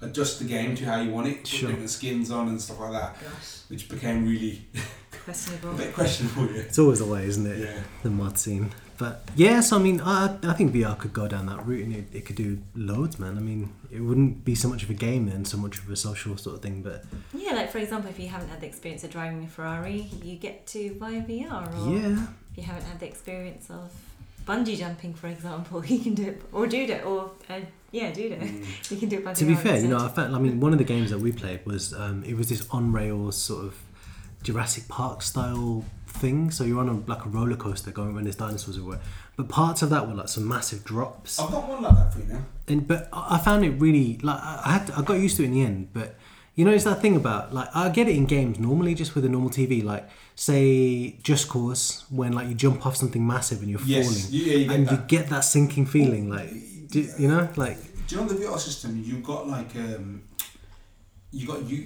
A: adjust the game to how you want it, put
B: Sure.
A: different skins on and stuff like that,
C: gosh,
A: which became really a
C: questionable.
A: bit questionable. Yeah.
B: It's always the way, isn't it?
A: Yeah.
B: The mod scene. But yeah, so I mean, I, I think VR could go down that route and it, it could do loads, man. I mean, it wouldn't be so much of a game then, so much of a social sort of thing, but
C: Yeah, like for example, if you haven't had the experience of driving a Ferrari, you get to via VR.
A: Oh.
C: Or
B: yeah.
C: If you haven't had the experience of bungee jumping, for example, you can do it or do it or uh, yeah, do it. You can do it by
B: Mm. To be
C: VR
B: fair, you know, I
C: instead.
B: felt, I mean, one of the games that we played was, um, it was this on rails sort of Jurassic Park style thing. So you're on a, like a roller coaster going when there's dinosaurs everywhere. But parts of that were like some massive drops.
A: I've got one like that for you now.
B: and but I I found it really like I I had to, I got used to it in the end. But you know, it's that thing about like I get it in games normally, just with a normal TV. Like say Just Cause, when like you jump off something massive and you're
A: Yes,
B: falling,
A: you- yeah, you get
B: and you
A: that.
B: get that sinking feeling. Like do, you know, like
A: Do you know the VR system? You got like um, you got you,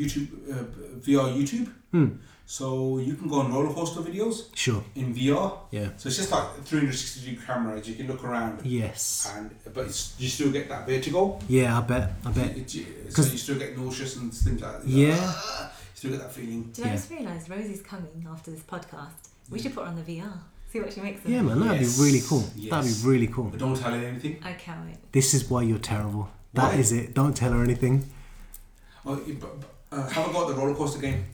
A: YouTube uh, VR YouTube,
B: Hmm.
A: so you can go on roller coaster videos
B: sure,
A: in VR.
B: yeah,
A: So it's just like 360 degree cameras. You can look around,
B: yes,
A: and but it's, you still get that vertigo.
B: yeah. I bet, I bet,
A: It- it- So
B: 'Cause-
A: you still get nauseous and things like that.
B: yeah.
A: You still get that feeling.
C: Did I
B: Yeah.
C: just realise Rosie's coming after this podcast? We should put her on the VR. See what she makes of
B: Yeah,
C: it.
B: man, that'd
A: Yes,
B: be really cool.
A: yes.
B: That'd be really cool.
A: But don't tell her anything.
C: I can't wait.
B: This is why you're terrible. That
A: Why?
B: is it. Don't tell her anything.
A: Oh, you- but, but, uh, have I got the roller coaster game?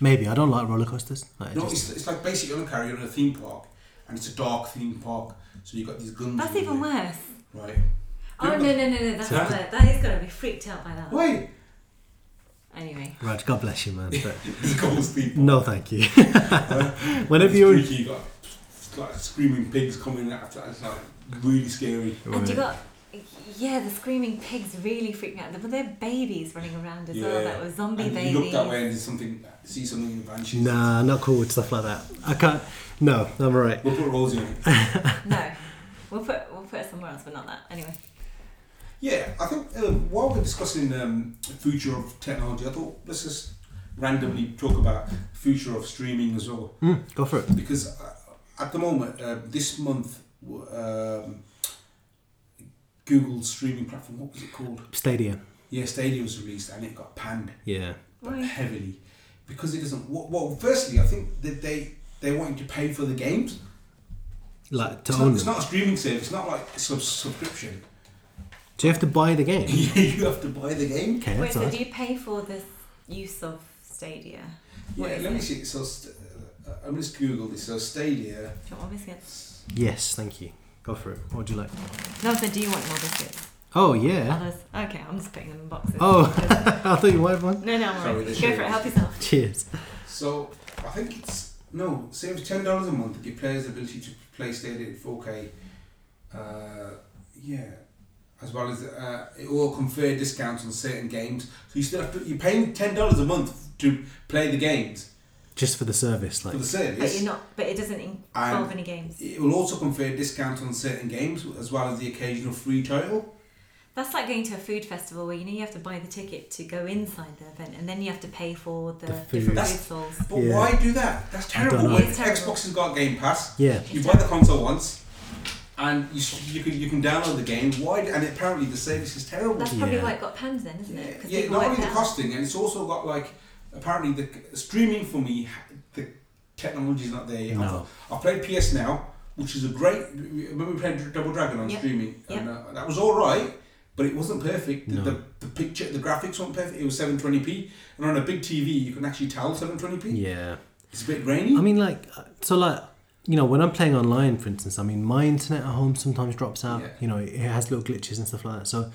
B: Maybe I don't like roller coasters. Like, I
A: No,
B: just-
A: it's, it's like basically on a carry on a theme park, and it's a dark theme park. So you got these guns.
C: That's
A: and
C: even
A: everything.
C: worse.
A: Right.
C: Oh no no no no! That's
A: Yeah.
C: worse. That is gonna be freaked out by that.
A: Wait,
C: Anyway,
B: Right, God bless you, man. But
A: there's a couple of people.
B: No, thank you. Whenever you're in,
A: freaky, you got like screaming pigs coming out. It's like really scary.
C: and you got yeah, the screaming pigs really freaked me out. But they're babies running around as well. That were zombie
A: and
C: babies.
A: You look that way and there's something, see something in the banshees.
B: nah, not cool with stuff like that. I can't. No, I'm alright.
A: We'll put Rosie on it.
C: No, we'll put we'll put it somewhere else, but not that. Anyway,
A: yeah, I think um, while we're discussing um, the future of technology, I thought let's just randomly talk about future of streaming as well.
B: Mm, go for it.
A: because uh, at the moment, uh, this month, w- um, Google's streaming platform, what was it called?
B: Stadia.
A: Yeah, Stadia was released and it got panned
B: Yeah.
A: but
C: Why?
A: heavily because it doesn't. Well, well, firstly, I think that they they want you to pay for the games.
B: Like to
A: It's
B: own
A: not, it's
B: them.
A: not a streaming service. It's not like a sub- subscription.
B: Do you have to buy the game?
A: you have to buy the game.
B: Okay,
C: wait.
B: that's
C: So
B: alright.
C: do you pay for this use of Stadia?
A: Yeah,
C: What is
A: let me
C: it?
A: see. So st- uh, I'm just Google this. So Stadia.
C: Do you want more biscuits?
B: Yes, thank you. Go for it. What would you like?
C: No, I said, do you want more biscuits?
B: Oh yeah.
C: Others. Okay, I'm just putting them in boxes.
B: Oh, I thought you wanted one.
C: No, no, I'm
A: Sorry,
C: alright. Go
A: this
C: for
A: is-
C: it. Help yourself.
B: Cheers.
A: So I think it's no saves ten dollars a month. It gives players the ability to play Stadia in four K. Uh, yeah, as well as uh, it will confer discounts on certain games. So you still have to, you're paying ten dollars a month to play the games
B: Just for the service,
A: for
B: like
A: the
C: But
A: service.
C: you're not. But it doesn't involve
A: And
C: any games.
A: it will also confer discounts on certain games as well as the occasional free title.
C: That's like going to a food festival where you know you have to buy the ticket to go inside the event, and then you have to pay for the,
B: The food.
C: different food
A: That's-
C: stalls.
A: But
B: Yeah.
A: why do that? That's
B: I don't
A: terrible.
B: know.
A: When
C: It's terrible.
A: Xbox has got Game Pass.
B: yeah.
A: You buy the console once, and you, s- you can you can download the game. Why? And apparently the service is terrible.
C: That's probably
B: Yeah.
C: why it got panned then, isn't it?
A: Yeah,
C: 'Cause
A: yeah
C: people
A: not
C: worked
A: only the
C: out.
A: costing, and it's also got like apparently the streaming for me, the technology's not there yet.
B: No.
A: I've, I've played PS Now, which is a great. Remember we played Double Dragon on
C: Yep.
A: streaming,
C: Yep.
A: and uh, that was all right, but it wasn't perfect. The,
B: No.
A: the, the picture, the graphics weren't perfect. It was 720p, and on a big TV, you can actually tell 720p.
B: Yeah.
A: It's a bit grainy.
B: I mean, like, uh, so, like, you know, when I'm playing online, for instance, I mean, my internet at home sometimes drops out.
A: Yeah.
B: You know, it has little glitches and stuff like that. So,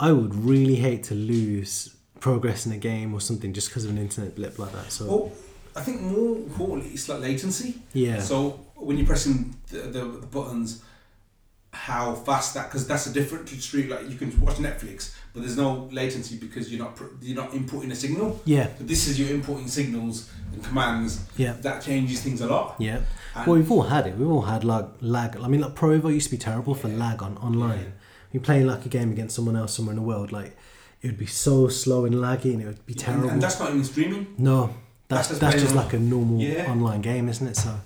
B: I would really hate to lose progress in a game or something just because of an internet blip like that. So,
A: well, I think more importantly, it's like latency.
B: yeah,
A: So when you're pressing the, the, the buttons, how fast that because that's a different street. Like you can watch Netflix, but there's no latency because you're not pr- you're not inputting a signal.
B: yeah,
A: So this is you inputting signals and commands.
B: yeah,
A: That changes things a lot.
B: yeah.
A: And-
B: Well, we've all had it. We've all had like lag. I mean, like Pro Evo used to be terrible for lag on online. You're playing like a game against someone else somewhere in the world, like it would be so slow and laggy, and it would be
A: and,
B: terrible.
A: and that's not even streaming.
B: No, that's
A: That's
B: that's,
A: just
B: just
A: playing
B: like a normal
A: Yeah.
B: online game, isn't it? So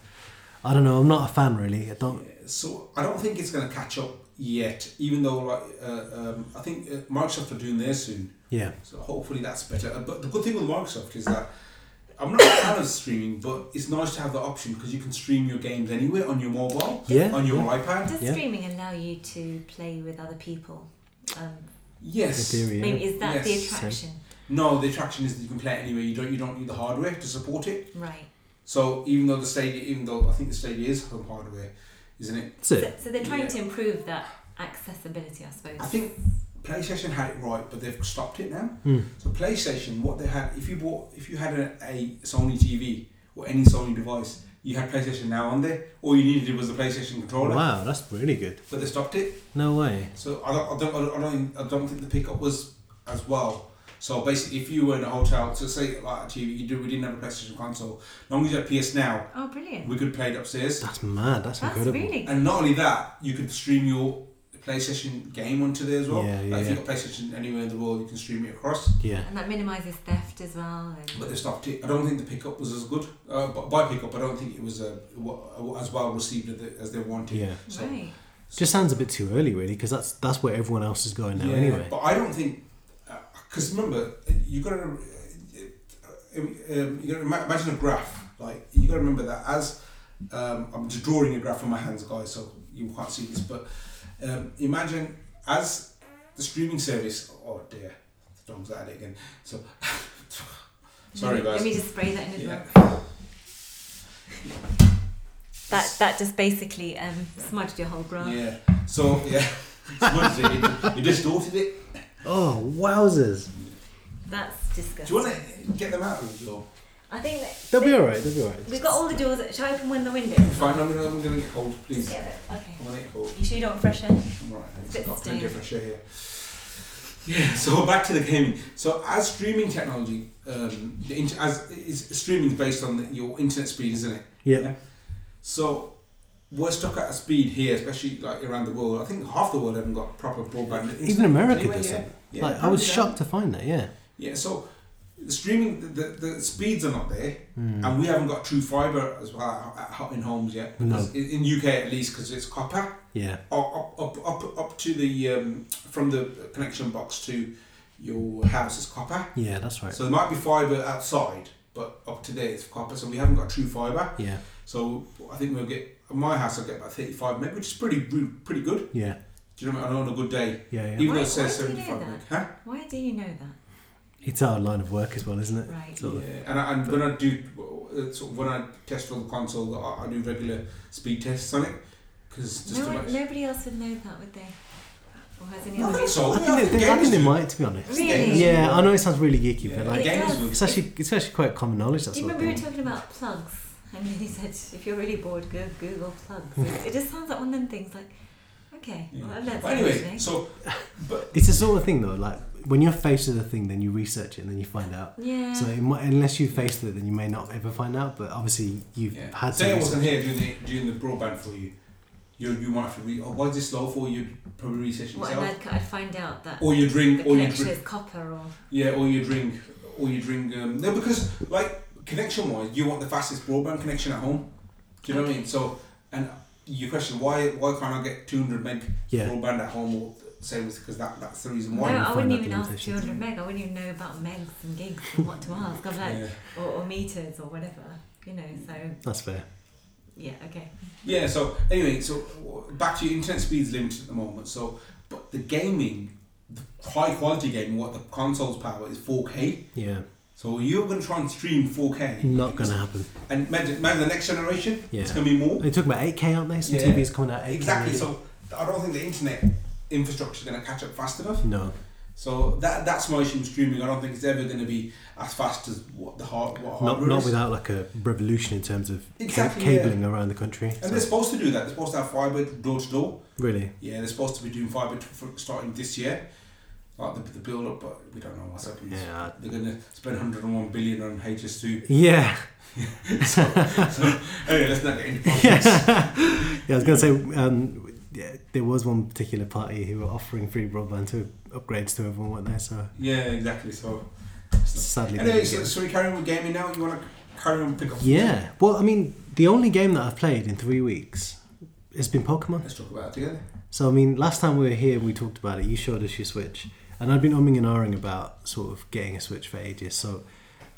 B: I don't know. I'm not a fan really. I don't.
A: So I don't think it's going to catch up yet. Even though like uh, um, I think uh, Microsoft are doing theirs soon.
B: Yeah,
A: So hopefully that's better. Uh, But the good thing with Microsoft is that I'm not a fan of streaming, but it's nice to have the option because you can stream your games anywhere on your mobile,
B: Yeah,
A: on your iPad.
C: Does
B: Yeah.
C: streaming allow you to play with other people? Um,
B: in
A: Yes.
B: theory. yeah.
C: Maybe is that the
A: Yes.
C: attraction?
A: No, the attraction is that you can play it anywhere. You don't you don't need the hardware to support it.
C: Right.
A: So even though the Stadia, even though I think the Stadia is home hardware, isn't it?
B: That's it.
C: So, so they're trying
A: Yeah.
C: to improve that accessibility, I suppose.
A: I think PlayStation had it right, but they've stopped it now.
B: Mm.
A: So PlayStation, what they had, if you bought, if you had a, a Sony TV or any Sony device, you had PlayStation Now on there. All you needed was a PlayStation controller,
B: Wow, that's really good.
A: but they stopped it.
B: No way.
A: So I don't, I don't, I don't, I don't think the pickup was as well. So basically, if you were in a hotel, so say like a TV, you do, we didn't have a PlayStation console. As long as you had PS Now,
C: oh, brilliant.
A: we could play it upstairs.
B: That's mad. That's,
C: That's
B: incredible.
C: really
A: And not only that, you could stream your PlayStation game onto there as well.
B: Yeah, yeah,
A: like if you've
B: yeah.
A: got PlayStation anywhere in the world, you can stream it across.
B: Yeah.
C: And that minimises theft as well. And
A: But they stopped it. I don't think the pickup was as good. Uh, but by pickup, I don't think it was uh, wa- as well received as they- as they wanted.
B: Yeah.
A: So-
C: right.
B: Just sounds a bit too early, really, because that's that's where everyone else is going now,
A: Yeah,
B: anyway.
A: But I don't think, because remember, you got to um, you got to imagine a graph. Like you got to remember that as um, I'm just drawing a graph in my hands, guys, so you can't see this. But um, imagine as the streaming service. Oh dear, the dog's at it again. So sorry,
C: let me, Let me
A: guys.
C: just spray that in as
A: Yeah.
C: well. That, that just basically um, smudged your whole graph.
A: Yeah. So yeah, Smudged it, it, it distorted it.
B: Oh wowzers!
C: That's
A: Do
C: disgusting.
A: you want to get them out of your?
C: I think that
B: They'll be all right. They'll be all right.
C: we've got all the doors. Shall I open one of the windows?
A: Fine, I'm gonna, I'm gonna get cold, please.
C: Yeah, but- okay.
A: I'm gonna get cold.
C: You sure you don't want fresh air?
A: Right,
C: It's a bit
A: got
C: stale.
A: different shit here. Yeah, so back to the gaming. So as streaming technology, um, the inter- as is streaming based on the, your internet speed, isn't it?
B: Yeah.
A: So we're stuck at a speed here, especially like around the world. I think half the world haven't got proper broadband. internet
B: Even America
A: anyway,
B: doesn't.
A: Yeah, yeah.
B: like I was shocked to find that. Yeah.
A: Yeah, so the streaming, the, the, the speeds are not there,
B: Mm.
A: and we haven't got true fiber as well at, at, in homes yet.
B: No.
A: Because In in UK at least, because it's copper.
B: Yeah.
A: up, up, up, up, up to the um, from the connection box to your house is copper.
B: Yeah. That's right.
A: So there might be fibre outside, but up to there it's copper. So we haven't got true fibre.
B: yeah.
A: So I think we'll get at my house. I'll get about thirty-five meg, which is pretty re- pretty good.
B: Yeah.
A: Do you know what I mean? I know on a good day,
B: Yeah. Yeah.
A: even though it
C: Why-
A: says
C: why do you do
A: seventy-five
C: that?
A: meg, huh?
C: Why do you know that?
B: It's our line of work as well, isn't it?
C: Right.
B: So-
A: Yeah, and, I, and when I do uh, sort of when I test for the console, I, I do regular speed tests on it because just
C: No,
A: to
C: one-
A: make
C: nobody else would know that, would they? Or has any
A: I
C: other?
A: think so.
B: I
A: Yeah,
B: think, they, they, I
A: gamers
B: think they
A: do.
B: might, to be honest.
C: Really?
B: Yeah, I know it sounds really geeky,
A: Yeah,
B: but like,
C: It
A: gamers
C: does.
A: would
B: it's actually it's actually quite common knowledge. That's
C: Do you
B: what.
C: remember we were talking about plugs? And he said, if you're really bored, go Google plugs. It, it just sounds like one of them things like, okay,
A: Yeah.
C: well, I've learned
A: But
C: something
A: anyway,
C: today.
A: so but
B: It's the sort of thing though, like when you're faced with a thing, then you research it and then you find out.
A: Mm.
C: Yeah.
B: So it might, unless you faced it, then you may not ever find out. But obviously, you've
A: Yeah.
B: had
A: Say I
B: to. research-
A: wasn't here doing the doing the broadband for you. You you might have to read. Oh, why is this slow for you? Probably research
C: what, and
A: yourself.
C: I'd, c- I'd find out that
A: Or you
C: the
A: drink. Or you
C: connection
A: drink.
C: is copper or.
A: Yeah. Or you drink. Or you drink. Um, no, because like connection wise, you want the fastest broadband connection at home. Do you know what I mean? So and you question why why can't I get two hundred meg
B: Yeah.
A: broadband at home or same as because that, that's the reason
C: No,
A: why.
B: you
C: I
B: find
C: wouldn't
B: out
C: even
B: the
C: ask
B: limitations?
C: 200 meg. I wouldn't even know about megs and gigs and what to ask. I'm like,
A: Yeah.
C: or, or meters or whatever, you know. So
B: That's fair.
C: yeah, okay.
A: Yeah. So anyway, so w- back to your internet speed's limited at the moment. So, but the gaming, the high quality gaming, what the console's power is 4K.
B: Yeah,
A: So you're going to try and stream 4K.
B: not gonna happen.
A: And imagine, imagine the next generation.
B: Yeah.
A: It's going to be more.
B: They talk about 8K, aren't they? Some
A: Yeah.
B: TVs coming out 8K.
A: Exactly. So I don't think the internet infrastructure is going to catch up fast enough.
B: no.
A: So that that's my issue with streaming. I don't think it's ever going to be as fast as what the hard what
B: Not,
A: hardware
B: not
A: is.
B: without like a revolution in terms of ca-
A: Oh, Exactly, yeah.
B: cabling around the country.
A: And
B: So,
A: they're supposed to do that. They're supposed to have fibre door to door.
B: really,
A: Yeah, they're supposed to be doing fibre to- for- starting this year, like the, the build up. But we don't know what's happening.
B: yeah,
A: They're going to spend 101 billion on HS2.
B: yeah.
A: so anyway, let's not get into politics.
B: Yeah, I was going to say, um, yeah, there was one particular party who were offering free broadband to upgrades to everyone, weren't there? So
A: Yeah, exactly. So
B: sadly, they
A: anyway,
B: didn't
A: so,
B: get it.
A: so we carry on with gaming now. You want to carry on and pick up?
B: yeah. Well, I mean, the only game that I've played in three weeks has been Pokemon.
A: Let's talk about it together.
B: So I mean, last time we were here, we talked about it. You showed us your Switch, and I'd been umming and ahhing about sort of getting a Switch for ages. So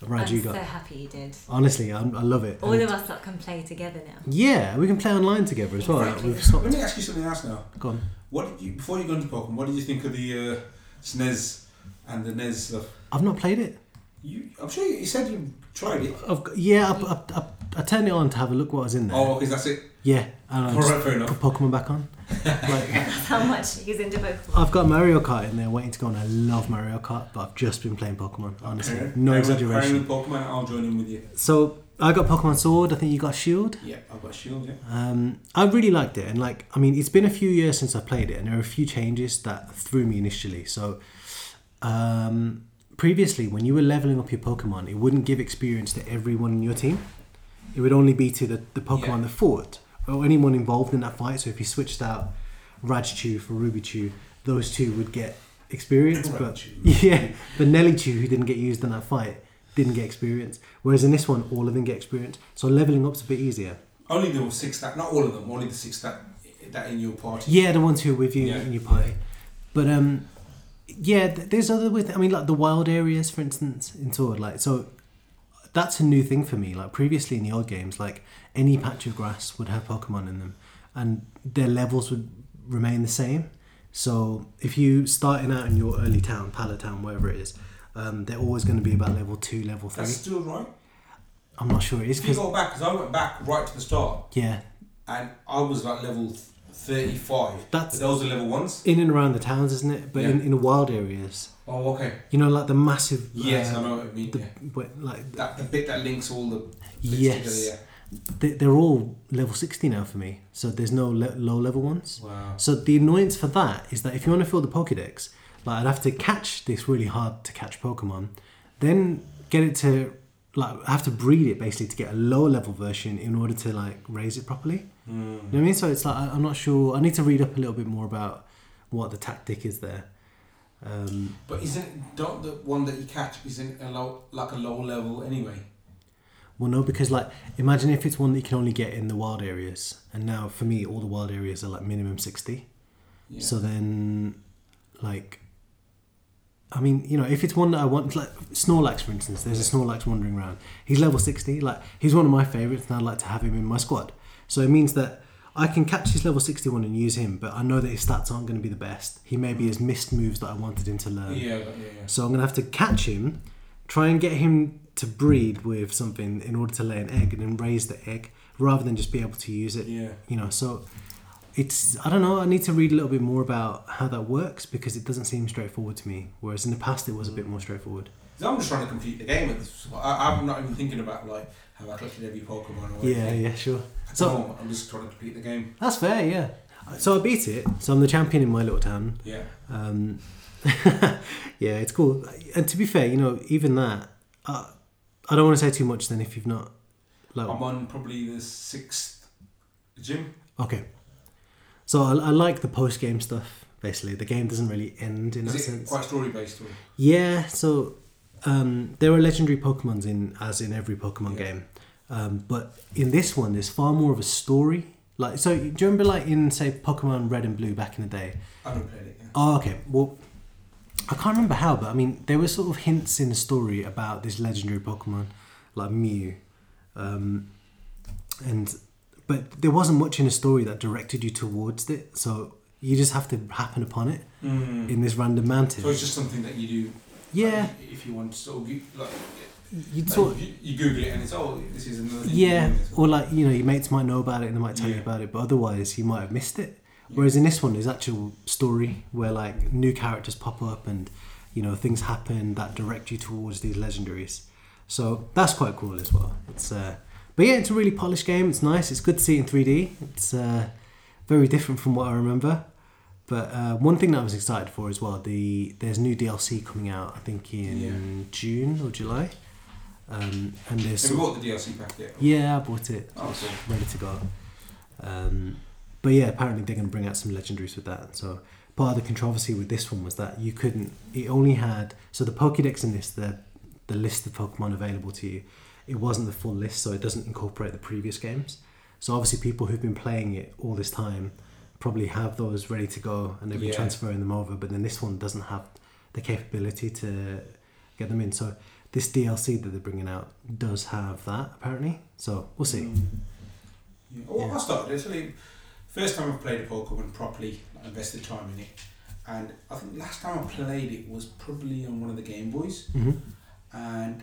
B: I'm glad
C: I'm
B: you
C: so
B: got.
C: happy you did.
B: Honestly, I'm, I love it.
C: All
B: And-
C: of us that can play together now.
B: Yeah, we can play online together as well. Like,
C: Exactly.
B: we've swapped.
A: Let me ask you something else now.
B: Go on.
A: What did you before you go into Pokemon? What did you think of the uh, SNES and the NES stuff?
B: I've not played it.
A: You, I'm sure you, you said you tried it.
B: I've got, yeah, I, I, I, I turned it on to have a look what was in there.
A: Oh, okay, that's it.
B: Yeah, and I
A: All
B: just
A: right, fair
B: put
A: enough.
B: Pokemon back on. Like,
C: That's how much he's into Pokemon.
B: I've got Mario Kart in there waiting to go on. I love Mario Kart, but I've just been playing Pokemon. Honestly,
A: Carry on.
B: no
A: Carry on- carry on
B: exaggeration.
A: with Pokemon, I'll join in with you.
B: So I got Pokemon Sword. I think you got Shield.
A: Yeah, I've got a shield. Yeah.
B: Um, I really liked it, and like, I mean, it's been a few years since I played it, and there were a few changes that threw me initially. So, um, previously, when you were leveling up your Pokemon, it wouldn't give experience to everyone in your team. It would only be to the, the Pokemon
A: Yeah.
B: that fought or anyone involved in that fight. So, if you switched out Raichu for Rubichu, those two would get experience. But
A: Raichu.
B: yeah, but Nelichu, who didn't get used in that fight, didn't get experience. Whereas in this one, all of them get experience. So leveling up's a bit easier.
A: Only the six that, not all of them. Only the six that that in your party.
B: Yeah, the ones who are with you
A: Yeah.
B: in your party. But um, yeah, th- there's other with. I mean, like the wild areas, for instance, in Sword. Like so, that's a new thing for me. Like previously in the old games, like any patch of grass would have Pokemon in them, and their levels would remain the same. So if you starting out in your early town, Palatown, wherever it is, um, they're always going to be about level two, level three.
A: That's still right.
B: I'm not sure it is
A: If you
B: because
A: go back, because I went back right to the start,
B: yeah,
A: and I was like level th- thirty-five.
B: That's-
A: those are level ones.
B: in and around the towns, isn't it? But in,
A: Yeah.
B: in the wild areas,
A: Oh, okay.
B: you know, like the massive
A: Yes,
B: uh,
A: I know what I mean.
B: the
A: yeah.
B: but, like
A: That the bit that links all the bits
B: Yes.
A: together.
B: they, they're all level 60 now for me so there's no le- low level ones
A: Yeah. Wow.
B: so the annoyance for that is that if you want to fill the pokédex like i'd have to catch this really hard to catch pokemon then get it to like I have to breed it basically to get a lower level version in order to like raise it properly you
A: Hmm.
B: know what i mean so it's like I, i'm not sure i need to read up a little bit more about what the tactic is there um,
A: But isn't don't the one that you catch isn't a low like a low level anyway?
B: well no because like imagine if it's one that you can only get in the wild areas and now for me all the wild areas are like minimum 60
A: Yeah.
B: So then, like, I mean, you know, if it's one that I want, like Snorlax, for instance, there's a Snorlax wandering around. He's level 60, like, he's one of my favourites, and I'd like to have him in my squad. So it means that I can catch his level 61 and use him, but I know that his stats aren't going to be the best. He maybe has missed moves that I wanted him to learn.
A: yeah, but- yeah, yeah.
B: So I'm going to have to catch him, try and get him to breed with something in order to lay an egg and then raise the egg rather than just be able to use it
A: Yeah.
B: you know so it's i don't know i need to read a little bit more about how that works because it doesn't seem straightforward to me whereas in the past it was a bit more straightforward
A: 'Cause I'm just trying to complete the game. at this- I, I'm not even thinking about like have I collected every Pokemon or
B: yeah
A: anything.
B: yeah sure
A: So
B: so
A: I'm just trying to complete the game.
B: that's fair yeah so i beat it so i'm the champion in my little town
A: Yeah.
B: Um, yeah, it's cool. And to be fair, you know, even that, uh, I don't want to say too much then if you've not. Like,
A: I'm on probably the sixth gym.
B: okay. So I, I like the post game stuff, basically. The game doesn't really end in that
A: Is it
B: sense.
A: quite story based or
B: Yeah, so um, there are legendary Pokemons in, as in every Pokemon
A: Yeah.
B: game. Um, but in this one, there's far more of a story Like, so do you remember, like in say Pokemon Red and Blue back in the day?
A: I haven't played it. Yeah.
B: Oh, okay. Well, I can't remember how, but I mean, there were sort of hints in the story about this legendary Pokemon, like Mew, um, and but there wasn't much in the story that directed you towards it. So you just have to happen upon it
A: Mm.
B: in this random mountain.
A: So it's just something that you do. like,
B: yeah,
A: if you want to sort of goo- like,
B: you'd
A: like,
B: sort of,
A: you, you Google it and it's oh this is another. thing
B: yeah,
A: you're doing as well.
B: or like you know, your mates might know about it and they might tell you
A: Yeah.
B: about it, but otherwise you might have missed it.
A: Yeah.
B: Whereas in this one, there's actual story where like new characters pop up and you know things happen that direct you towards these legendaries. So that's quite cool as well. It's uh, but yeah, it's a really polished game. It's nice. It's good to see it in 3D. It's uh, very different from what I remember. But uh, one thing that I was excited for as well, the there's new DLC coming out. I think in
A: Yeah.
B: June or July. Um, and there's
A: Have you bought the DLC pack yet?
B: yeah, I bought it
A: Oh, cool.
B: ready to go. Um, but yeah, apparently they're going to bring out some legendaries with that. So part of the controversy with this one was that you couldn't. It only had so the Pokédex in this the the list of Pokemon available to you. It wasn't the full list, so it doesn't incorporate the previous games. So obviously, people who've been playing it all this time probably have those ready to go, and they've been
A: Yeah.
B: transferring them over. But then this one doesn't have the capability to get them in. So this DLC that they're bringing out does have that apparently. So we'll see.
A: Mm. Yeah. Well,
B: Yeah.
A: I started it. It's really first time I played a Pokemon properly. I invested time in it, and I think last time I played it was probably on one of the Game Boys,
B: hmm
A: and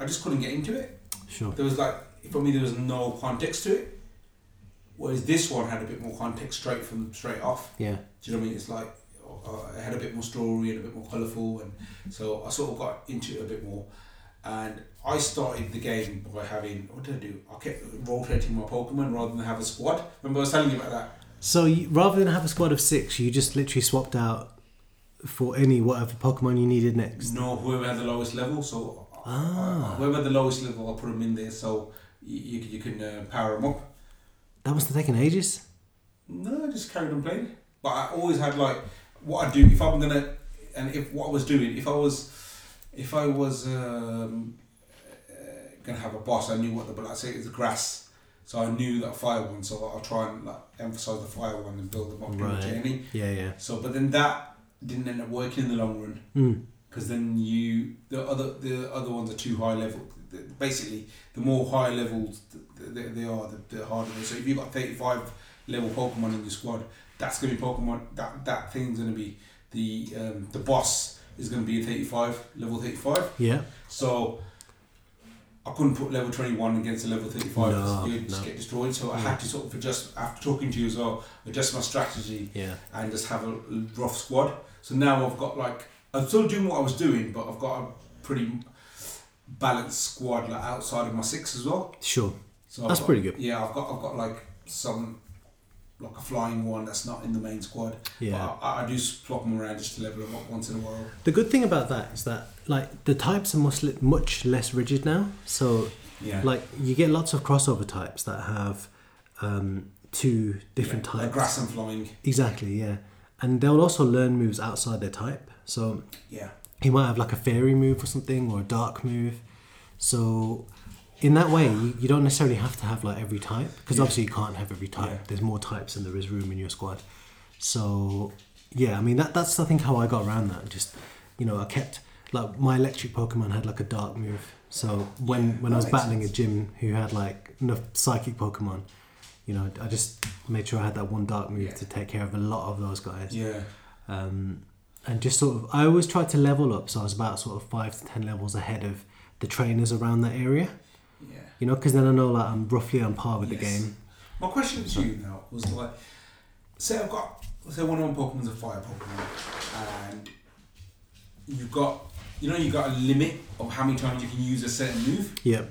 A: I just couldn't get into it.
B: Sure.
A: There was like for me there was no context to it. Whereas this one had a bit more context straight from straight off.
B: Yeah.
A: Do you know what I mean? It's like uh, it had a bit more story and a bit more colourful, and so I sort of got into it a bit more. And I started the game by having what did I do? I kept rotating my Pokemon rather than have a squad. Remember I was telling you about that?
B: So you, rather than have a squad of six, you just literally swapped out for any whatever Pokemon you needed next.
A: No, whoever had the lowest level. So I-
B: Ah.
A: I, whoever had the lowest level, I put them in there so you you, you can uh, power them up.
B: That must have taken ages.
A: No, I just carried on playing. But I always had like what I do if I'm gonna and if what I was doing if I was if I was um, uh, gonna have a boss, I knew what the but like say it's grass, so I knew that fire one. So I'll try and like emphasize the fire one and build them up
B: Right.
A: in the journey.
B: Yeah, yeah.
A: So but then that didn't end up working in the long run
B: Mm.
A: because then you the other the other ones are too high level. The- the- Basically, the more high levels th- th- they are, the, the harder. They are. So if you've got thirty five level Pokemon in your squad, that's gonna be Pokemon. That that thing's gonna be the um, the boss is gonna be a thirty five level thirty five.
B: Yeah.
A: So I couldn't put level twenty one against a level thirty five.
B: No,
A: You'd just
B: no.
A: get destroyed. So I had to sort of adjust after talking to you as well, adjust my strategy
B: Yeah.
A: and just have a rough squad. So now I've got like I'm still doing what I was doing, but I've got a pretty balanced squad like outside of my six as well.
B: Sure.
A: So I've
B: That's
A: got-
B: pretty good.
A: Yeah, I've got I've got like some like a flying one that's not in the main squad.
B: Yeah.
A: But I, I do swap them around just to level them up once in a while.
B: The good thing about that is that like the types are much li- much less rigid now. So
A: Yeah.
B: like you get lots of crossover types that have um, two different
A: Yeah,
B: types.
A: Like grass and flying.
B: Exactly. Yeah. And they'll also learn moves outside their type. So
A: Yeah.
B: he might have like a fairy move or something or a dark move so in that way you, you don't necessarily have to have like every type because
A: Yeah.
B: obviously you can't have every type
A: Yeah.
B: there's more types than there is room in your squad so yeah i mean that that's i think how i got around that just you know i kept like my electric pokemon had like a dark move so when when
A: that
B: i was
A: makes
B: battling a gym who had like enough psychic pokemon you know i just made sure i had that one dark move
A: Yeah.
B: to take care of a lot of those guys
A: Yeah.
B: um, and just sort of I always tried to level up, so I was about sort of five to ten levels ahead of the trainers around that area,
A: Yeah.
B: you know, because then I know like I'm roughly on par with the
A: Yes.
B: game.
A: My question to you now was like, say I've got say one of my Pokemon's a fire Pokemon, and you've got you know you've got a limit of how many times you can use a certain move.
B: Yep,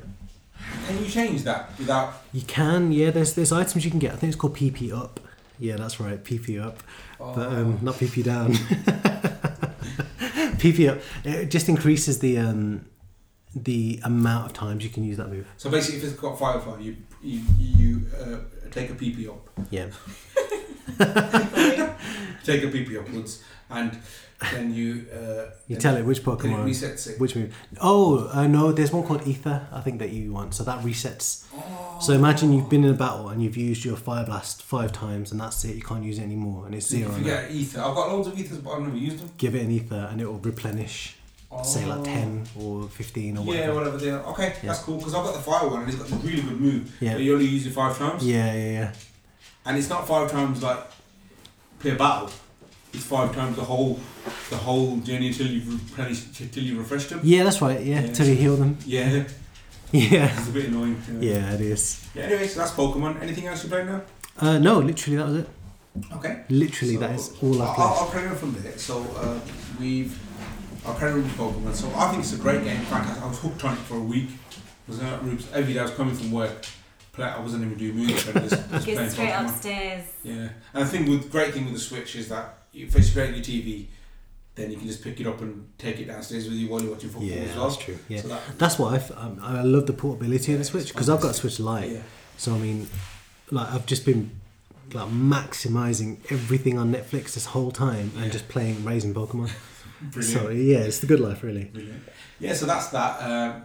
A: Can you change that without?
B: you can. Yeah, there's there's items you can get. I think it's called PP up. Yeah, that's right, PP up, but um, not PP down. PP up. It just increases the um, the amount of times you can use that move.
A: so basically, if it's got fire fire, you you you uh, take a PP up,
B: Yeah,
A: take a PP upwards, and then you uh,
B: you
A: then-
B: tell it which
A: then it
B: Pokemon.
A: resets it.
B: Which move? Oh, uh, no, there's one called Ether, I think that you want. So that resets
A: Oh,
B: So imagine you've been in a battle and you've used your fire blast five times and that's it. You can't use it anymore and it's zero.
A: If
B: and
A: you get ether, I've got loads of ethers, but I've never used them.
B: Give it an ether and it will replenish, say like ten or fifteen or
A: Oh. Yeah,
B: whatever.
A: whatever they are. Okay,
B: Yeah.
A: that's cool because I've got the fire one and it's got this really good move.
B: Yeah.
A: But you only use it five times.
B: Yeah, yeah, yeah.
A: And it's not five times like per battle. It's five times the whole the whole journey until you've replenished till you refreshed them.
B: Yeah, that's right. Yeah,
A: Yeah.
B: till you heal them.
A: Yeah,
B: Yeah,
A: it's a bit annoying.
B: yeah, it is.
A: yeah. Anyway, so that's Pokemon. Anything else you play now?
B: Uh, no, literally that was it.
A: Okay.
B: Literally
A: So,
B: that is all I
A: I'll-
B: played.
A: I'll, I'll carry on from there. So uh, we've I'll carry on with Pokemon. So I think it's a great game. In fact, I- I was hooked on it for a week. It Was not Rubes every day. I was coming from work. Play, I wasn't even doing music. I was just, just
C: Go
A: playing
C: straight
A: Pokemon.
C: upstairs.
A: Yeah, and the thing with great thing with the Switch is that if it's great on your TV, then you can just pick it up and take it downstairs with you while you're watching football
B: yeah,
A: as well.
B: that's true. Yeah,
A: So that,
B: that's what I, f- um, I love the portability of
A: Yeah,
B: the
A: it's
B: Switch because I've got a
A: fantastic.
B: Switch Lite.
A: yeah.
B: So I mean, like I've just been like maximizing everything on Netflix this whole time
A: Yeah.
B: and just playing raising Pokemon.
A: Brilliant.
B: So yeah, it's the good life really.
A: Brilliant. Yeah, so that's that. Um,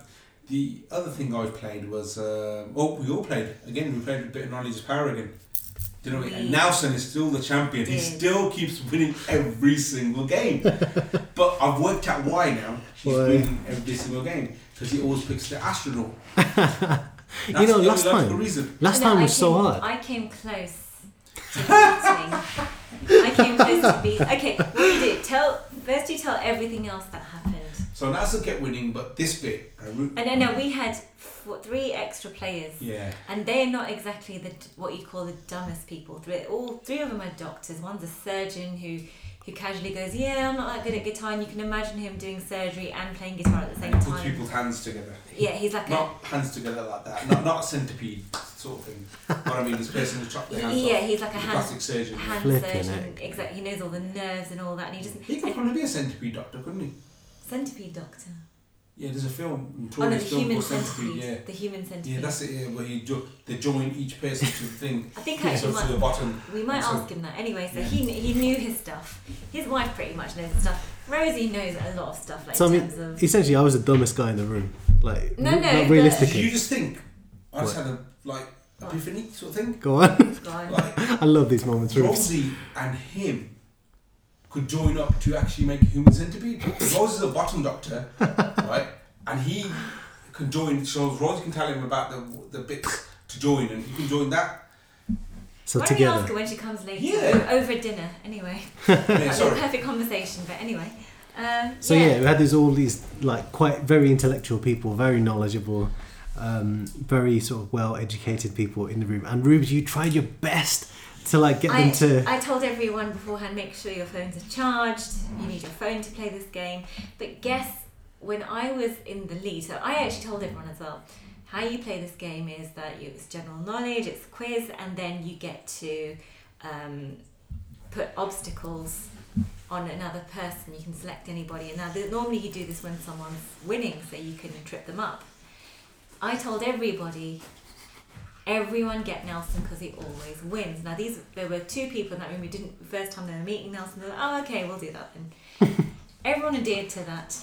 A: the other thing I've played was um oh, we all played again. We played a bit of Knowledge is Power again. Do you know what? And
C: We-
A: Nelson is still the champion. He
C: Yeah.
A: still keeps winning every single game. but I've worked out why now he's
B: Why?
A: winning every single game because he always picks the astronaut. That's
B: you know,
A: the
B: last
A: only logical
B: time,
A: reason.
B: last
C: No,
B: time
C: I
B: was so
C: came-
B: hard.
C: I came close to beating. I came close to beating. Okay, what do you do? Tell first. You tell everything else that happened.
A: So Nelson kept winning, but this bit, I root.
C: And then no, we had four, three extra players,
A: Yeah.
C: and they're not exactly the what you call the dumbest people. Three, all three of them are doctors. One's a surgeon who. Who casually goes, yeah, I'm not that good at guitar, and you can imagine him doing surgery and playing guitar at the same
A: He puts
C: time.
A: people's hands together.
C: Yeah, he's like a
A: Not hands together like that. Not, not a centipede sort of thing. what I mean is person who chopped their hands
C: yeah,
A: off.
C: he's like a
A: He's a
C: hand
A: plastic surgeon.
C: hand
B: Flipping
C: surgeon. Exactly, he knows all the nerves and all that, and he doesn't.
A: He could probably be a centipede doctor, couldn't he?
C: Centipede Doctor.
A: Yeah, there's a film.
C: Oh no, the
A: Notorious film
C: human
A: called
C: centipede.
A: centipede. Yeah.
C: The human centipede.
A: Yeah, that's it. Yeah, where he jo- they join each person to the thing.
C: I think
A: So
C: actually
A: to the
C: might,
A: bottom.
C: we might
A: so-
C: ask him that anyway. So
A: Yeah.
C: he kn- he knew his stuff. His wife pretty much knows his stuff. Rosie knows a lot of stuff, like
B: So I
C: in
B: mean,
C: terms of.
B: essentially, I was the dumbest guy in the room. Like,
C: No,
B: re-
C: no, the-
B: like,
A: Did you
B: realistically,
A: just think? I just
B: What?
A: had a like epiphany sort of thing.
B: go on.
C: God.
A: Like
B: I love these moments. Rufus.
A: Rosie and him could join up to actually make a human centipede. Rosie's a bottom doctor, right? And he can join. So Rosie can tell him about the the bits to join, and he can join that.
B: So
C: Why don't we ask
B: together,
C: her when she comes later?
A: Yeah.
C: Over dinner, anyway.
A: Yeah,
C: That's a
A: sorry.
C: perfect conversation, but anyway. Uh,
B: so yeah, we had these all these like quite very intellectual people, very knowledgeable, um, very sort of well educated people in the room. And Rubes, you tried your best to like get
C: I,
B: them to.
C: I told everyone beforehand make sure your phones are charged, you need your phone to play this game. But guess when I was in the lead, so I actually told everyone as well how you play this game is that you, it's general knowledge, it's a quiz, and then you get to um, put obstacles on another person. You can select anybody, and now th- normally you do this when someone's winning, so you can trip them up. I told everybody, everyone get Nelson because he always wins. Now these there were two people in that room who didn't the first time they were meeting Nelson. They were like, oh okay, we'll do that then. everyone adhered to that,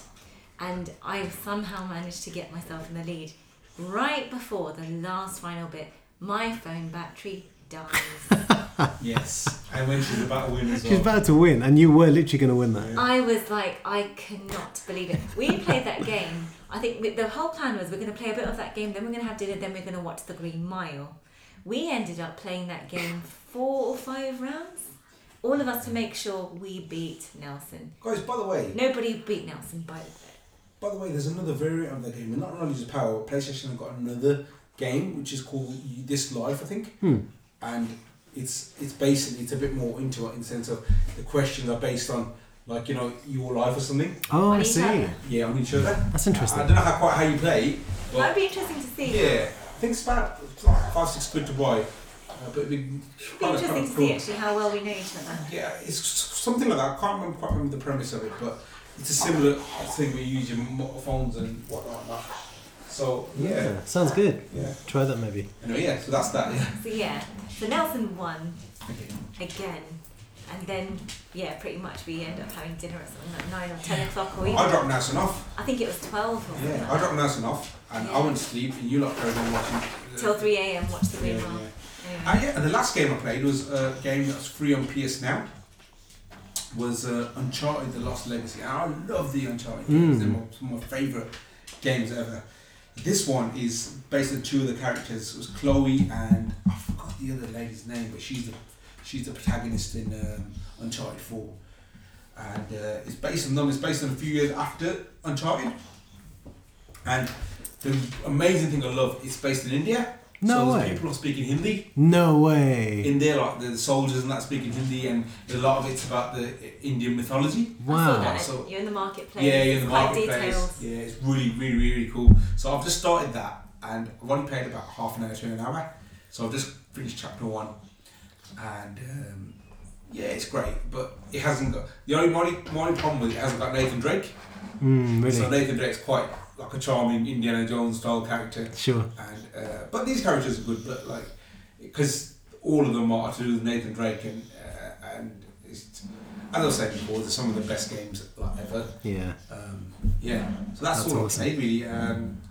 C: and I somehow managed to get myself in the lead right before the last final bit. My phone battery dies.
A: Yes, and when she's about to win as
B: She's about to win, and you were literally going to win that.
C: I was like, I cannot believe it. We played that game. I think we, the whole plan was we're going to play a bit of that game, then we're going to have dinner, then we're going to watch The Green Mile. We ended up playing that game four or five rounds. All of us to make sure we beat Nelson.
A: Guys, by the way,
C: Nobody beat Nelson by a bit.
A: by the way, there's another variant of the game. And not Knowledge is Power. PlayStation have got another game which is called This Life, I think. And it's it's basically it's a bit more into it in the sense of the questions are based on like you know your life or something.
B: Oh,
C: On
B: I
C: each
B: see.
C: other.
A: Yeah, on each other.
B: That's
A: I
B: interesting.
A: don't know how quite how you play,
C: That'd
A: but
C: be interesting to see.
A: yeah, I think it's about it's like five six quid to buy. Uh, but it'd be,
C: It'd be
A: kind of- kind
C: interesting to
A: of
C: see
A: cool.
C: actually how well we know each other.
A: Yeah, it's s- something like that. I can't remember, quite remember the premise of it, but it's a similar thing where you use your mo- phones and whatnot. And that. So yeah,
B: Yeah, sounds good.
A: yeah.
B: Try that maybe.
A: Anyway, yeah. So that's that. Yeah.
C: So yeah, so Nelson won.
A: Okay.
C: again. And then, yeah, pretty much we end up having dinner at something like 9 or 10 o'clock or even,
A: I dropped Nelson off.
C: I think it was 12 or something.
A: Yeah, I dropped Nelson off, and I went to sleep, and you lot carried on watching uh,
C: till 3 a.m. Watch the
A: Yeah,
C: rerun.
A: yeah.
C: Yeah.
A: And Ah, yeah, and the last game I played was a game that's free on PS now. Was uh, Uncharted: The Lost Legacy. And I love the Uncharted
B: Hmm.
A: games. They're my, some of my favorite games ever. This one is based on two of the characters. It was Chloe and I forgot the other lady's name, but she's the she's the protagonist in um, Uncharted Four. And uh, it's based on them. It's based on a few years after Uncharted. And the amazing thing I love, it's based in India.
B: No
A: so
B: way.
A: there's people speaking Hindi
B: No way.
A: in there, like the soldiers and that speaking Hindi, and a lot of it's about the Indian mythology.
C: I saw
B: Wow.
C: that.
A: So-
C: you're in the marketplace.
A: Yeah, yeah,
C: It's
A: in the
C: quite
A: marketplace.
C: detailed.
A: Yeah, it's really, really, really cool. So I've just started that, and I've only played about half an hour to an hour. So I've just finished chapter one, and um, yeah, it's great. But it hasn't got the only my only, my only problem with it hasn't got Nathan Drake.
B: Mm,
A: So
B: really?
A: Nathan Drake's quite like a charming Indiana Jones style character.
B: Sure.
A: And uh, but these characters are good, but like because all of them are to do with Nathan Drake and uh, and it's, as I was saying before, they're some of the best games like ever.
B: Yeah.
A: Um, yeah, so that's,
B: That's
A: all
B: awesome.
A: I played really. Um,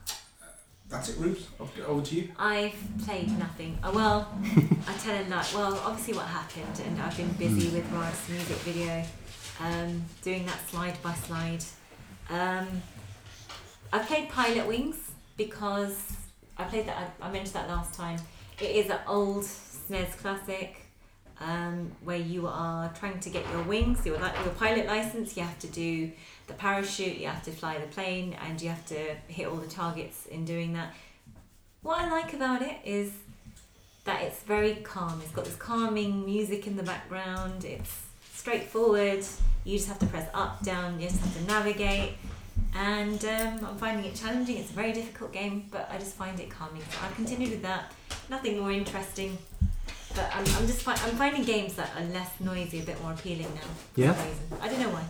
A: that's it, Rubes. I'll get over to you.
C: I've played nothing. Uh, well, I tell a lie. Well, obviously what happened, and I've been busy with Ryan's music video, um, doing that slide by slide. Um, I played Pilot Wings because I played that. I, I mentioned that last time. It is an old SNES classic. Um, where you are trying to get your wings, your li- your pilot license, you have to do the parachute, you have to fly the plane, and you have to hit all the targets in doing that what I like about it is that it's very calm. It's got this calming music in the background. It's straightforward. You just have to press up, down. You just have to navigate. And um, I'm finding it challenging. It's a very difficult game, but I just find it calming. So I've continued with that. Nothing more interesting. But I'm, I'm just fi- I'm finding games that are less noisy, a bit more appealing now. for
B: Yeah?
C: some reason. I don't know why.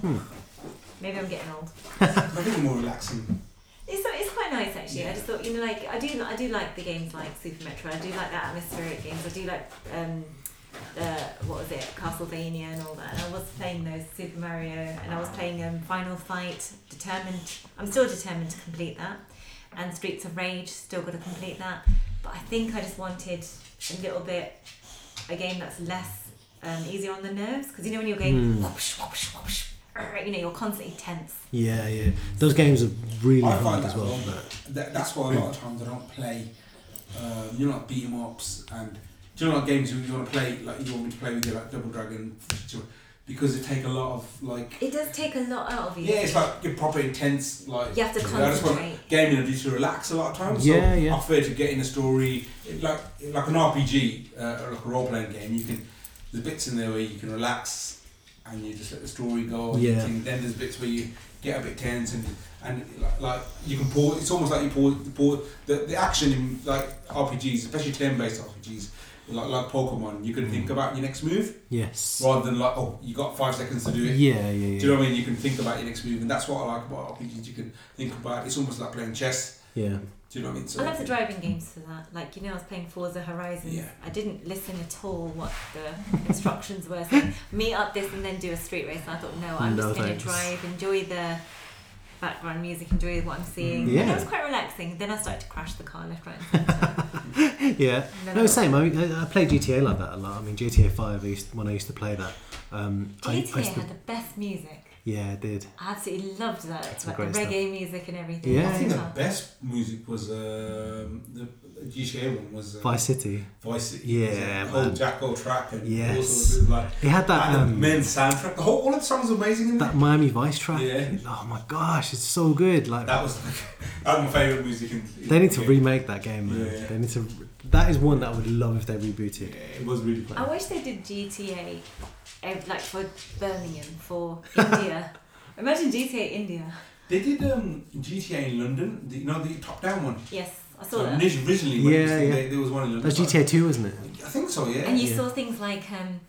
C: Maybe I'm getting old.
A: I think more relaxing.
C: It's, so- it's quite nice actually. I just thought you know like I do I do like the games like Super Metro. I do like the atmospheric games. I do like um, the what was it Castlevania and all that. And I was playing those Super Mario and I was playing um, Final Fight. Determined. I'm still determined to complete that. And Streets of Rage. Still got to complete that. But I think I just wanted a little bit a game that's less um, easy on the nerves because you know when you're going whoosh whoosh whoosh, arr, you know you're constantly tense.
B: Yeah, yeah. Those games are really
A: I find
B: hard
A: that,
B: as well.
A: long. That, that's why a lot of times I don't play. Um, you know, like beat 'em ups and do you know like games you, you want to play like you want me to play with you like Double Dragon, because they take a lot of like
C: It does take a lot out of you.
A: Yeah, it's like you're proper intense. Like
C: You have to
A: I just want
C: concentrate.
A: gaming of you to relax a lot of times.
B: Yeah,
A: so
B: yeah.
A: I prefer to get in a story it- like like an RPG, uh, or like a role playing game. You can there's bits in there where you can relax and you just let the story go. and you
B: Yeah.
A: think- then there's bits where you get a bit tense and and like, like you can pause. It's almost like you pause. You pause the, the action in like RPGs, especially turn based RPGs. Like, like Pokemon, you can
B: Mm.
A: think about your next move
B: Yes.
A: rather than like, oh, you got five seconds to do it.
B: Yeah, yeah, yeah.
A: Do you know what I mean? You can think about your next move, and that's what I like about RPGs. You can think about it's almost like playing chess.
B: Yeah.
A: Do you know what I mean? So,
C: I love the driving games for that. Like you know, I was playing Forza Horizons.
A: Yeah.
C: I didn't listen at all what the instructions were. So meet up this and then do a street race. And I thought, no, I'm
B: No,
C: just going
B: thanks.
C: to drive, enjoy the background music, enjoy what I'm
A: Mm.
C: seeing.
B: Yeah.
C: And it was quite relaxing. Then I started to crash the car left, right. And
B: Yeah.
C: No,
B: No,
C: no.
B: same. I, mean, I I play GTA like that a lot. I mean, GTA Five. I used, when I used to play that, um, I- I,
C: center. GTA
B: used to-
C: had the best music.
B: yeah, I did.
C: I absolutely loved that.
B: some
C: like the reggae
B: great stuff.
C: music and everything.
B: Yeah,
A: I think
C: Super.
A: the best music was um, the GTA one was uh,
B: Vice City.
A: Vice City.
B: Yeah,
A: the whole
B: man.
A: Jacko track and all
B: Yes.
A: sorts of like
B: It had that
A: and the
B: um,
A: main soundtrack. The whole all of the songs are amazing in
B: that
A: that.
B: Miami Vice track.
A: Yeah.
B: Oh my gosh, it's so good. Like
A: That was like that was my favorite music. In, in
B: they need to
A: yeah.
B: remake that game, man.
A: Yeah.
B: They need to. That is one that I would love if they rebooted.
A: Yeah, it was really fun.
C: I wish they did GTA, eh, like for Birmingham, for India. Imagine GTA India.
A: They did um, GTA in London. The, you know the top down one.
C: Yes, I saw
A: So
C: that.
A: orig- originally, when it was,
B: Yeah, yeah.
A: There, there was one in London.
B: That's GTA Two, isn't it?
A: I think so. Yeah.
C: And you
B: Yeah.
C: saw things like um,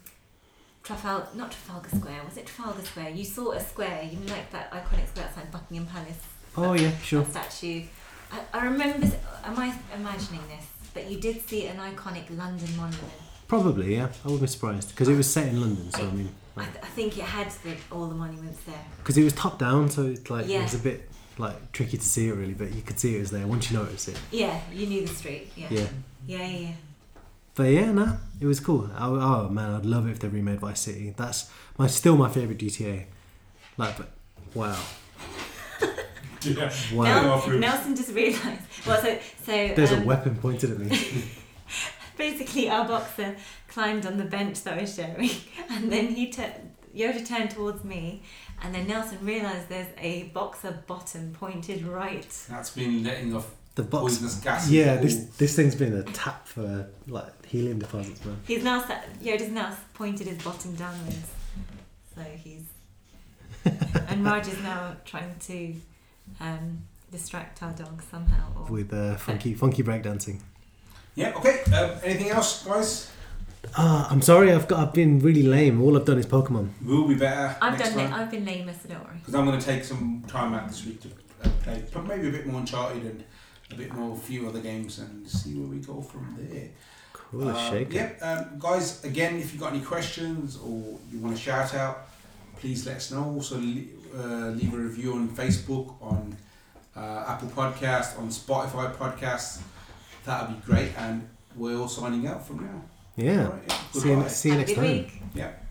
C: Trafalgar, not Trafalgar Square, was it Trafalgar Square? You saw a square, you know, like that iconic square outside Buckingham Palace,
B: Oh yeah, sure.
C: that statue. I, I remember, am I imagining this? But you did see an iconic London monument.
B: Probably, yeah. I wouldn't be surprised because it was set in London, so I mean,
C: I, th- I think it had the, all the monuments there.
B: because it was top down, so it's like it
C: Yeah.
B: was a bit like tricky to see it really, but you could see it was there once you notice it.
C: Yeah, you knew the street. Yeah.
B: Yeah.
C: Yeah, yeah, yeah.
B: But yeah, no, it was cool. I, oh man, I'd love it if they remade Vice City. That's my still my favorite GTA. Like, but wow,
A: Yeah.
B: wow.
A: Now-
C: Nel-
A: Off route.
C: Nelson just realised. Well, so so
B: There's
C: um,
B: a weapon pointed at me.
C: basically our boxer climbed on the bench that I was sharing, and then he tur Yoda turned towards me, and then Nelson realised there's a boxer bottom pointed right.
A: That's been letting off
B: The box.
A: poisonous gas.
B: Yeah, this this thing's been a tap for like helium deposits, man.
C: He's now sa Yoda's now s- pointed his bottom downwards, so he's and Raj is now trying to um, distract our dog somehow. Or,
B: With uh, funky funky breakdancing.
A: Yeah, okay. Um, anything else, guys?
B: Ah, I'm sorry, I've got I've been really lame. All I've done is Pokemon.
A: We'll be better
C: I've
A: next
C: done. La-
A: time.
C: I've been lame, so don't worry.
A: Because I'm going to take some time out this week to uh, play but maybe a bit more Uncharted and a bit more few other games and see where we go from there.
B: Cool as
A: Uh,
B: shake.
A: Yeah, um, guys, again, if you've got any questions or you want to shout out, please let us know. Also, le- uh, leave a review on Facebook, on uh, Apple Podcasts, on Spotify Podcasts. That would be great. And we're all signing out from now.
B: Yeah.
A: All right, yeah.
B: See you,
A: Goodbye.
B: see you
C: Have a
B: next
C: good
B: time.
C: week.
A: Yeah.